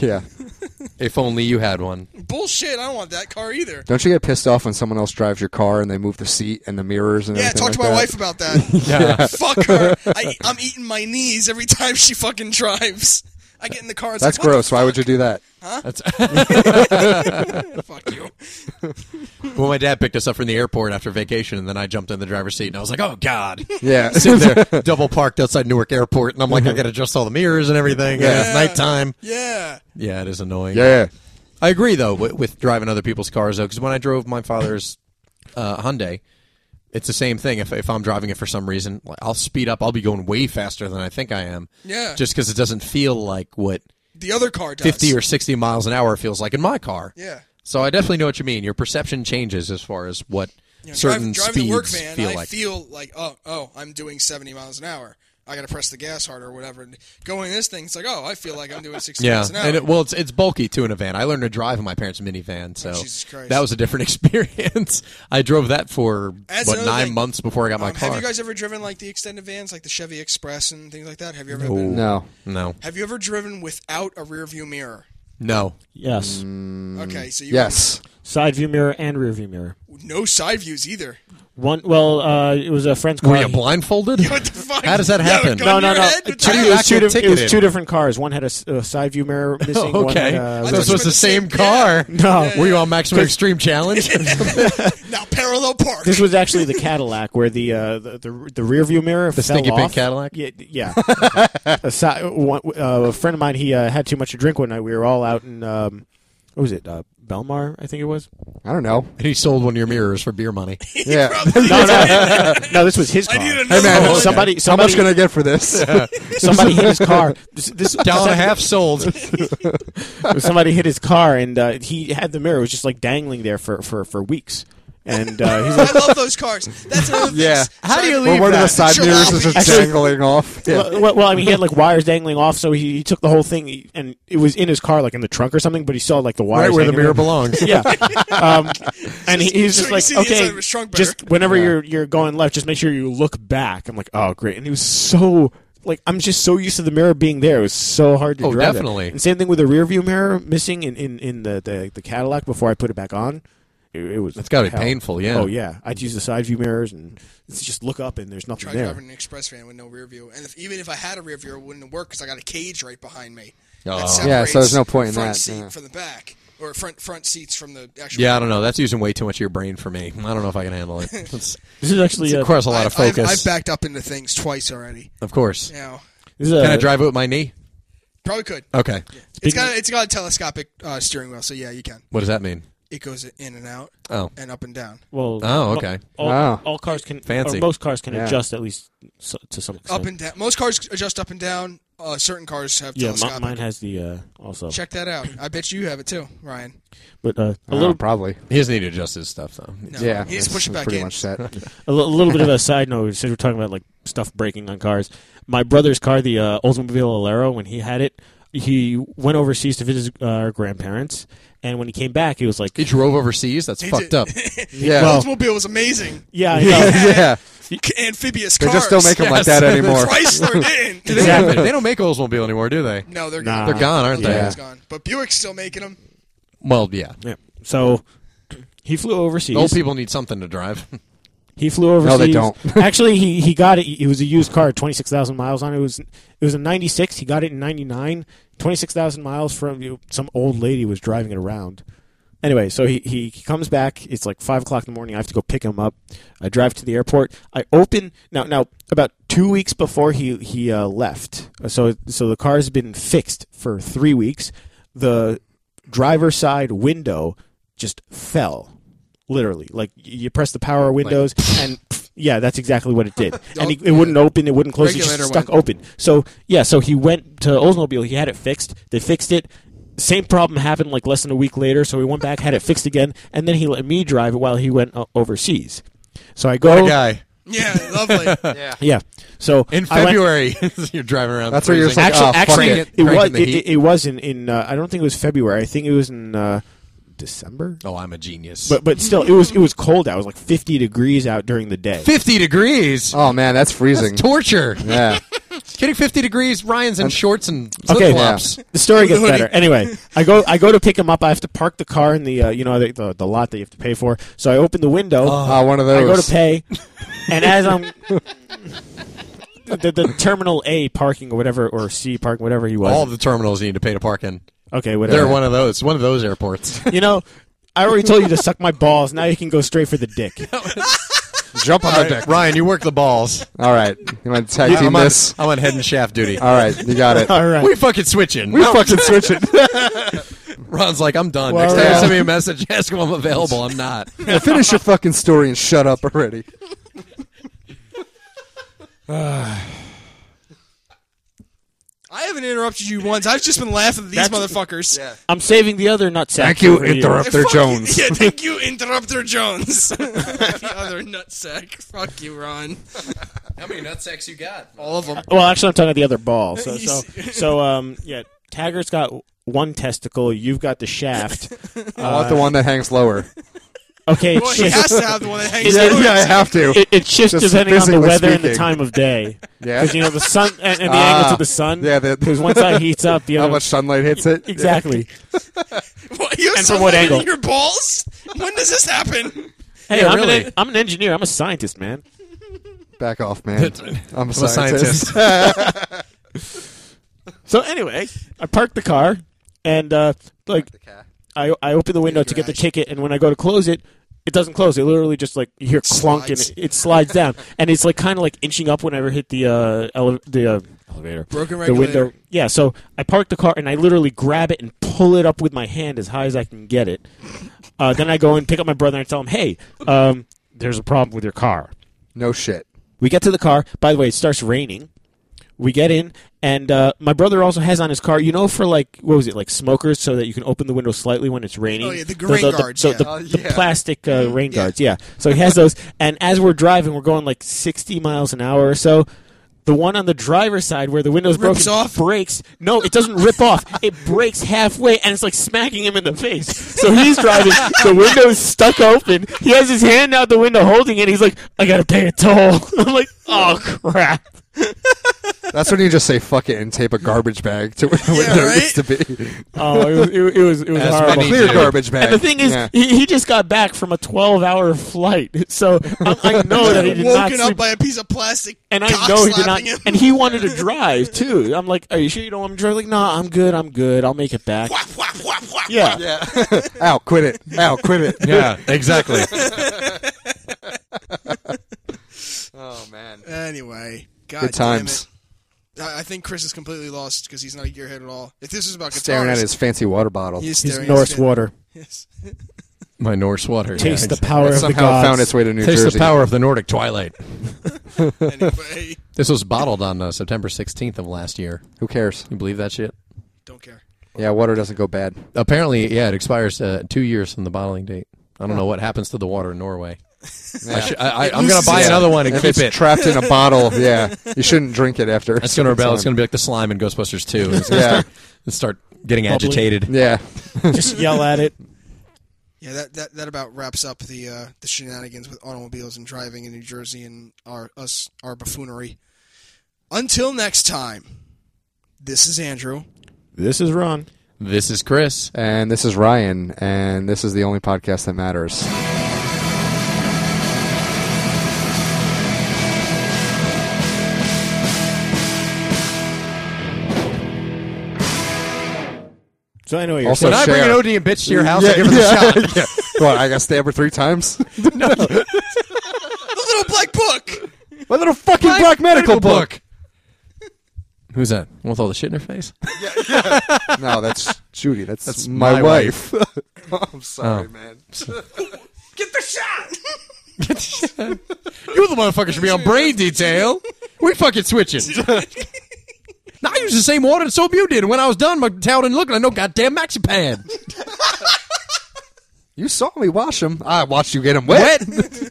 Speaker 3: yeah.
Speaker 2: If only you had one.
Speaker 4: Bullshit, I don't want that car either.
Speaker 3: Don't you get pissed off when someone else drives your car and they move the seat and the mirrors and
Speaker 4: Yeah,
Speaker 3: everything like
Speaker 4: talk to my
Speaker 3: that?
Speaker 4: wife about that.
Speaker 2: Yeah.
Speaker 4: Fuck her. I, I'm eating my knees every time she fucking drives. I get in the car. It's
Speaker 3: That's
Speaker 4: like, what
Speaker 3: gross. Why would you do that?
Speaker 2: That's,
Speaker 4: the Fuck you.
Speaker 2: well, my dad picked us up from the airport after vacation, and then I jumped in the driver's seat, and I was like, "Oh God!"
Speaker 3: Yeah.
Speaker 2: sitting there, double parked outside Newark Airport, and I'm like, I got to adjust all the mirrors and everything. Yeah.
Speaker 3: Yeah.
Speaker 2: it's nighttime.
Speaker 4: Yeah.
Speaker 2: Yeah, it is annoying.
Speaker 3: yeah.
Speaker 2: I agree though with, with driving other people's cars though, because when I drove my father's uh, Hyundai, it's the same thing. If if I'm driving it for some reason, like, I'll speed up. I'll be going way faster than I think I am.
Speaker 4: Yeah.
Speaker 2: just because it doesn't feel like what
Speaker 4: The other car does.
Speaker 2: 50 or 60 miles an hour feels like in my car.
Speaker 4: Yeah.
Speaker 2: So I definitely know what you mean. Your perception changes as far as what
Speaker 4: You know,
Speaker 2: certain
Speaker 4: drive, driving
Speaker 2: speeds
Speaker 4: the work van,
Speaker 2: feel
Speaker 4: I
Speaker 2: like.
Speaker 4: feel like oh oh I'm doing 70 miles an hour. I got to press the gas harder or whatever. And going this thing, it's like oh I feel like I'm doing 60
Speaker 2: yeah,
Speaker 4: miles an hour.
Speaker 2: and it, well, it's it's bulky too in a van. I learned to drive in my parents' minivan, so
Speaker 4: Oh, Jesus Christ.
Speaker 2: that was a different experience. I drove that for
Speaker 4: That's
Speaker 2: what
Speaker 4: another
Speaker 2: nine
Speaker 4: thing.
Speaker 2: months before I got my
Speaker 4: Um,
Speaker 2: car.
Speaker 4: Have you guys ever driven like the extended vans, like the Chevy Express and things like that? Have you ever?
Speaker 2: No.
Speaker 4: Been,
Speaker 3: No.
Speaker 2: no,
Speaker 4: have you ever driven without a rear view mirror?
Speaker 2: no.
Speaker 1: Yes.
Speaker 2: Mm.
Speaker 4: Okay, so you
Speaker 3: Mm, Yes.
Speaker 1: Side view mirror and rear view mirror.
Speaker 4: no side views either.
Speaker 1: One. Well, uh, it was a friend's car.
Speaker 2: Were you
Speaker 1: He-
Speaker 2: blindfolded?
Speaker 4: What the fuck?
Speaker 2: How does that
Speaker 4: Yeah,
Speaker 2: happen?
Speaker 4: go
Speaker 2: No,
Speaker 1: no,
Speaker 4: in
Speaker 1: no,
Speaker 4: your
Speaker 1: no.
Speaker 4: Head?
Speaker 1: Two- it,
Speaker 2: you
Speaker 1: was two
Speaker 2: actually
Speaker 1: diff- it was
Speaker 2: ticketed?
Speaker 1: two different cars. One had a, s- a side view mirror missing. One
Speaker 2: okay,
Speaker 1: had, uh,
Speaker 2: so
Speaker 4: I thought
Speaker 2: this
Speaker 4: you
Speaker 2: was the same
Speaker 4: meant the same-
Speaker 2: car.
Speaker 1: No. yeah,
Speaker 2: were you on Maximum Extreme Challenge?
Speaker 4: now parallel park.
Speaker 1: This was actually the Cadillac where the uh, the, the the rear view mirror the fell
Speaker 2: stinky pink
Speaker 1: off.
Speaker 2: Cadillac?
Speaker 1: Yeah, yeah. a, si- one, uh, a friend of mine he uh, had too much to drink one night. We were all out in um, what was it uh, Belmar? I think it was.
Speaker 3: I don't know.
Speaker 2: and he sold one of your mirrors for beer money.
Speaker 3: Yeah.
Speaker 1: No, no, no. This was his car.
Speaker 4: I need another
Speaker 3: man,
Speaker 4: one.
Speaker 1: somebody,
Speaker 3: Oh, How
Speaker 1: somebody,
Speaker 3: much can I get for this?
Speaker 1: somebody hit his car. This, this
Speaker 2: Dollar and a half sold.
Speaker 1: somebody hit his car, and uh, he had the mirror. It was just like dangling there for for, for weeks. And uh, he's like,
Speaker 4: I love those cars. That's another thing.
Speaker 3: Yeah.
Speaker 2: How do you
Speaker 3: Where
Speaker 2: leave
Speaker 3: one of the
Speaker 2: that?
Speaker 3: side
Speaker 4: Sure.
Speaker 3: mirrors is just
Speaker 1: Actually-
Speaker 3: dangling off. Yeah.
Speaker 1: well, well, I mean, he had like wires dangling off, so he, he took the whole thing, he- and it was in his car, like in the trunk or something. But he saw like the wires
Speaker 2: Right where the
Speaker 1: hanging there.
Speaker 2: mirror belongs.
Speaker 1: yeah. Um, and he, he's just
Speaker 4: so you
Speaker 1: like,
Speaker 4: see the inside
Speaker 1: okay,
Speaker 4: of his trunk better."
Speaker 1: just whenever you're you're going left, just make sure you look back. I'm like, oh, great. And he was so like, I'm just so used to the mirror being there. It was so hard to
Speaker 2: Oh,
Speaker 1: drive. it.
Speaker 2: definitely.
Speaker 1: And same thing with the rear view mirror missing in in, in the, the the Cadillac before I put it back on. It, it was.
Speaker 2: That's gotta be
Speaker 1: hell.
Speaker 2: painful, yeah.
Speaker 1: Oh yeah. I'd use the side view mirrors and it's just look up and there's nothing
Speaker 4: Try
Speaker 1: there.
Speaker 4: driving an express van with no rear view, and if, even if I had a rear view, it wouldn't work because I got a cage right behind me.
Speaker 2: Oh.
Speaker 4: That
Speaker 2: Yeah, so
Speaker 3: there's
Speaker 4: separates
Speaker 3: no point in
Speaker 4: front
Speaker 3: that,
Speaker 4: Seat
Speaker 3: yeah.
Speaker 4: From the back or front front seats from the actual.
Speaker 2: Yeah, I don't know. That's using way too much of your brain for me. I don't know if I can handle it. It's,
Speaker 1: This is actually
Speaker 2: it
Speaker 1: a,
Speaker 2: requires a lot of
Speaker 4: I've- I've-
Speaker 2: focus.
Speaker 4: I've, backed up into things twice already.
Speaker 2: of course.
Speaker 4: You know,
Speaker 1: this is a
Speaker 2: Can I drive it with my knee?
Speaker 4: probably could.
Speaker 2: Okay.
Speaker 4: It's
Speaker 1: Speaking-
Speaker 4: got it's got a telescopic uh, steering wheel, so yeah, you can.
Speaker 2: What does that mean?
Speaker 4: It goes in and out
Speaker 2: Oh.
Speaker 4: and up and down.
Speaker 1: well.
Speaker 2: Oh, okay.
Speaker 1: All,
Speaker 3: Wow.
Speaker 1: all cars can,
Speaker 2: Fancy.
Speaker 1: or most cars can
Speaker 3: Yeah.
Speaker 1: adjust at least so, to some extent.
Speaker 4: Up and down. Most cars adjust up and down. Uh, certain cars have
Speaker 1: yeah, mi-
Speaker 4: telescopic.
Speaker 1: mine has the uh, also,
Speaker 4: Check that out. I bet you have it too, Ryan.
Speaker 1: but uh, a
Speaker 3: Oh,
Speaker 1: little
Speaker 3: probably.
Speaker 2: He doesn't need to adjust his stuff, though.
Speaker 4: No,
Speaker 3: Yeah.
Speaker 4: you
Speaker 3: that's-
Speaker 4: just push it
Speaker 3: that's
Speaker 4: back
Speaker 3: pretty
Speaker 4: in.
Speaker 3: much that.
Speaker 1: A li- little bit of a side note, since we're talking about like stuff breaking on cars, my brother's car, the uh, Oldsmobile Alero, when he had it, he went overseas to visit uh, our grandparents, and when he came back, he was like,
Speaker 2: He drove overseas? That's
Speaker 4: He
Speaker 2: fucked
Speaker 4: did.
Speaker 2: up.
Speaker 3: Yeah.
Speaker 1: Well-
Speaker 4: Oldsmobile was amazing.
Speaker 1: "Yeah, I know.
Speaker 3: yeah.
Speaker 4: Amphibious
Speaker 3: They
Speaker 4: cars.
Speaker 3: just don't make them like that anymore.
Speaker 4: Chrysler didn't.
Speaker 2: They don't- they don't make Oldsmobile anymore, do they?
Speaker 4: No, they're
Speaker 1: Nah.
Speaker 4: gone.
Speaker 2: They're gone, aren't
Speaker 4: Yeah.
Speaker 2: they?
Speaker 3: Yeah.
Speaker 4: has gone. But Buick's still making them.
Speaker 2: Well, yeah.
Speaker 1: yeah." So he flew overseas.
Speaker 2: Old people need something to drive.
Speaker 1: He flew overseas.
Speaker 3: they don't.
Speaker 1: Actually, he, he got it. It was a used car, twenty six thousand miles on it. It was it was a ninety six. He got it in ninety nine. Twenty six thousand miles from you. know, Some old lady was driving it around. Anyway, so he, he comes back. It's like five o'clock in the morning. I have to go pick him up. I drive to the airport. I open now now about two weeks before he he uh, left. So so the car's been fixed for three weeks. The driver's side window just fell, literally. Like y- you press the power windows and. pff, Yeah, that's exactly what it did, and he, it wouldn't open. It wouldn't close. It just
Speaker 4: Regulator
Speaker 1: stuck
Speaker 4: went.
Speaker 1: open. So yeah, so he went to Oldsmobile. He had it fixed. They fixed it. Same problem happened like less than a week later. So he went back, had it fixed again, and then he let me drive it while he went uh, overseas. So I go.
Speaker 2: Guy.
Speaker 4: Yeah, lovely.
Speaker 1: Yeah. So
Speaker 2: In
Speaker 1: I went-
Speaker 2: February, you're driving around.
Speaker 3: That's where you're
Speaker 2: freezing.
Speaker 3: like,
Speaker 1: actually,
Speaker 3: "Oh, fuck
Speaker 1: actually,
Speaker 2: it."
Speaker 1: it,
Speaker 2: Crank
Speaker 1: was
Speaker 2: in the
Speaker 1: it,
Speaker 2: heat.
Speaker 1: it was in, in uh, I don't think it was February. I think it was in uh, December.
Speaker 2: Oh, I'm a genius.
Speaker 1: But but still, it was it was cold out. It was like fifty degrees out during the day.
Speaker 2: 50 degrees?
Speaker 3: Oh man, that's freezing.
Speaker 2: Torture.
Speaker 3: yeah.
Speaker 2: Getting 50 degrees, Ryan's in shorts and
Speaker 1: Okay.
Speaker 2: flip flops.
Speaker 1: The story gets
Speaker 4: Hoodie.
Speaker 1: better. Anyway, I go I go to pick him up. I have to park the car in the uh, you know the, the the lot that you have to pay for. So I open the window.
Speaker 3: Oh, one of
Speaker 1: I
Speaker 3: those.
Speaker 1: go to pay, and as I'm the, the terminal A parking or whatever or C parking whatever he was.
Speaker 2: All the terminals you need to pay to park in.
Speaker 1: okay, whatever.
Speaker 2: They're one of those. One of those airports.
Speaker 1: you know, I already told you to suck my balls. Now you can go straight for the dick.
Speaker 3: Jump on the deck.
Speaker 2: Ryan, you work the balls.
Speaker 3: All right. You want to tag team
Speaker 2: I'm, on,
Speaker 3: this?
Speaker 2: I'm on head and shaft duty.
Speaker 3: All right. You got it.
Speaker 1: All right.
Speaker 2: We fucking switching.
Speaker 3: We fucking switch it.
Speaker 2: Ron's like, I'm done.
Speaker 1: Well,
Speaker 2: Next time you
Speaker 1: yeah.
Speaker 2: send me a message, ask him I'm available. I'm not.
Speaker 3: Now finish your fucking story and shut up already.
Speaker 4: I have haven't interrupted you once. I've just been laughing at these motherfuckers.
Speaker 3: Yeah.
Speaker 1: I'm saving the other nutsack.
Speaker 3: Thank you,
Speaker 1: for you.
Speaker 3: interrupt- Interrupter
Speaker 4: Fuck
Speaker 3: Jones.
Speaker 4: You. Yeah, thank you, Interrupter Jones. the other nutsack. Fuck you, Ron.
Speaker 2: How many nutsacks you got?
Speaker 4: All of them.
Speaker 1: Well, actually, I'm talking about the other ball. So, so, so, um, yeah. Taggart's got one testicle. You've got the shaft.
Speaker 3: I want the one that hangs lower.
Speaker 1: Okay, it
Speaker 4: Well, he has
Speaker 1: shifts,
Speaker 4: to have the one that hangs
Speaker 3: yeah,
Speaker 1: Yeah,
Speaker 4: lower.
Speaker 3: yeah, I have to.
Speaker 1: it, it shifts
Speaker 3: Just
Speaker 1: depending on the
Speaker 3: physically
Speaker 1: weather and the
Speaker 3: speaking.
Speaker 1: time of day.
Speaker 3: Yeah.
Speaker 1: Because you know the sun and, and the
Speaker 3: Ah.
Speaker 1: angles of the sun.
Speaker 3: Yeah, the-
Speaker 1: Because one side heats up, the
Speaker 3: How
Speaker 1: other
Speaker 3: much sunlight hits it?
Speaker 1: exactly.
Speaker 4: What, you have
Speaker 1: And from what
Speaker 4: something in
Speaker 1: angle?
Speaker 4: Your balls? When does this happen?
Speaker 1: Hey,
Speaker 2: Yeah,
Speaker 1: I'm,
Speaker 2: really.
Speaker 1: an, I'm an engineer. I'm a scientist, man.
Speaker 3: Back off, man. I'm a
Speaker 2: I'm a
Speaker 3: scientist.
Speaker 1: So anyway, I parked the car and uh, like I I open the window to get the
Speaker 4: garage.
Speaker 1: ticket, and when I go to close it, it doesn't close. It literally just like you hear clunk and
Speaker 4: slides.
Speaker 1: it, it slides down, and it's like kind of like inching up whenever I hit the uh, ele- the uh, elevator.
Speaker 4: Broken
Speaker 1: the
Speaker 4: regulator.
Speaker 1: window. Yeah, so I park the car and I literally grab it and pull it up with my hand as high as I can get it. Uh, then I go and pick up my brother and I tell him, "Hey, um, there's a problem with your car."
Speaker 3: No shit.
Speaker 1: We get to the car. By the way, it starts raining. We get in, and uh, my brother also has on his car, you know, for like what was it, like smokers, so that you can open the window slightly when it's raining.
Speaker 4: Oh, yeah, the rain guards,
Speaker 1: so
Speaker 4: yeah.
Speaker 1: the,
Speaker 3: Oh,
Speaker 1: the
Speaker 3: yeah.
Speaker 1: plastic uh, rain
Speaker 4: Mm-hmm. Yeah.
Speaker 1: guards, yeah. So he has those, and as we're driving, we're going like sixty miles an hour or so. The one on the driver's side where the window's
Speaker 4: Rips
Speaker 1: broken
Speaker 4: off?
Speaker 1: breaks. No, it doesn't rip off. It breaks halfway, and it's like smacking him in the face. So he's driving. the window's stuck open. He has his hand out the window, holding it. He's like, "I gotta pay a toll." I'm like, "Oh crap!"
Speaker 3: That's when you just say fuck it and tape a garbage bag to where the
Speaker 4: Yeah,
Speaker 3: window
Speaker 4: right?
Speaker 3: needs to be.
Speaker 1: Oh, it was it, was it was
Speaker 2: As
Speaker 1: horrible.
Speaker 2: many
Speaker 3: Clear
Speaker 2: do.
Speaker 3: garbage bag.
Speaker 1: And the thing is,
Speaker 3: Yeah.
Speaker 1: he, he just got back from a 12-hour flight, so I, I know that he did not
Speaker 4: Woken up
Speaker 1: sleep,
Speaker 4: by a piece of plastic.
Speaker 1: and I
Speaker 4: cock
Speaker 1: know he did not.
Speaker 4: slapping Him.
Speaker 1: And he wanted to drive too. I'm like, "Are you sure you don't want me to drive?" Like, "Nah, I'm good. I'm good. I'll make it back."
Speaker 4: Whap, whap, whap, whap,
Speaker 1: Yeah.
Speaker 4: whap.
Speaker 3: Ow, quit it. Ow, quit it.
Speaker 2: Yeah, exactly.
Speaker 3: Oh, man.
Speaker 4: Anyway, God
Speaker 3: Good times.
Speaker 4: Damn it. I I think Chris is completely lost because he's not a gearhead at all. If this is about
Speaker 3: Staring
Speaker 4: guitars,
Speaker 3: at his fancy water bottle.
Speaker 4: he's
Speaker 1: He's
Speaker 4: staring at
Speaker 1: Norse
Speaker 4: his-
Speaker 1: water.
Speaker 4: Yes.
Speaker 2: My Norse water.
Speaker 1: Taste
Speaker 2: Yeah.
Speaker 1: the power of
Speaker 3: That
Speaker 1: the
Speaker 3: somehow
Speaker 1: gods.
Speaker 3: found its way to New
Speaker 2: Taste
Speaker 3: Jersey.
Speaker 2: the power of the Nordic twilight.
Speaker 4: Anyway,
Speaker 2: This was bottled on uh, September 16th of last year.
Speaker 3: Who cares?
Speaker 2: You believe that shit?
Speaker 4: don't care.
Speaker 3: Yeah, water doesn't go bad.
Speaker 2: Apparently, yeah, it expires uh, two years from the bottling date. I don't know what happens to the water in Norway. I should, I, I, I'm going to
Speaker 4: loses
Speaker 2: buy
Speaker 4: its-
Speaker 2: another one and
Speaker 3: If
Speaker 2: keep
Speaker 3: it's
Speaker 2: it.
Speaker 3: trapped in a bottle, yeah, you shouldn't drink it after.
Speaker 2: That's going to rebel. It's going to be like the slime in Ghostbusters 2. It's going to
Speaker 3: Yeah.
Speaker 2: start, it's start getting
Speaker 1: Bubbling.
Speaker 2: agitated.
Speaker 3: Yeah.
Speaker 1: Just yell at it.
Speaker 4: Yeah, that, that that about wraps up the uh, the shenanigans with automobiles and driving in New Jersey and our us our buffoonery. Until next time, this is Andrew.
Speaker 1: This is Ron.
Speaker 2: This is Chris.
Speaker 3: And this is Ryan, and this is the only podcast that matters.
Speaker 1: So I know what you're
Speaker 3: Also- So
Speaker 2: when I bring an
Speaker 3: share.
Speaker 2: OD and bitch to your house, I give her the shot.
Speaker 3: yeah, yeah. What, I got stabbed her three times?
Speaker 4: The little black book.
Speaker 3: My little fucking black medical book.
Speaker 2: Who's that? With all the shit in her face?
Speaker 3: No, that's Judy. That's,
Speaker 2: my
Speaker 3: my, wife. I'm sorry,
Speaker 2: Oh.
Speaker 3: man.
Speaker 4: Get the shot.
Speaker 2: You the motherfucker should be on brain detail. We fucking switching. now I use the same water and soap you did. And when I was done, my towel didn't look like no goddamn maxi pad.
Speaker 3: You saw me wash him. I watched you get him wet.
Speaker 2: Wet.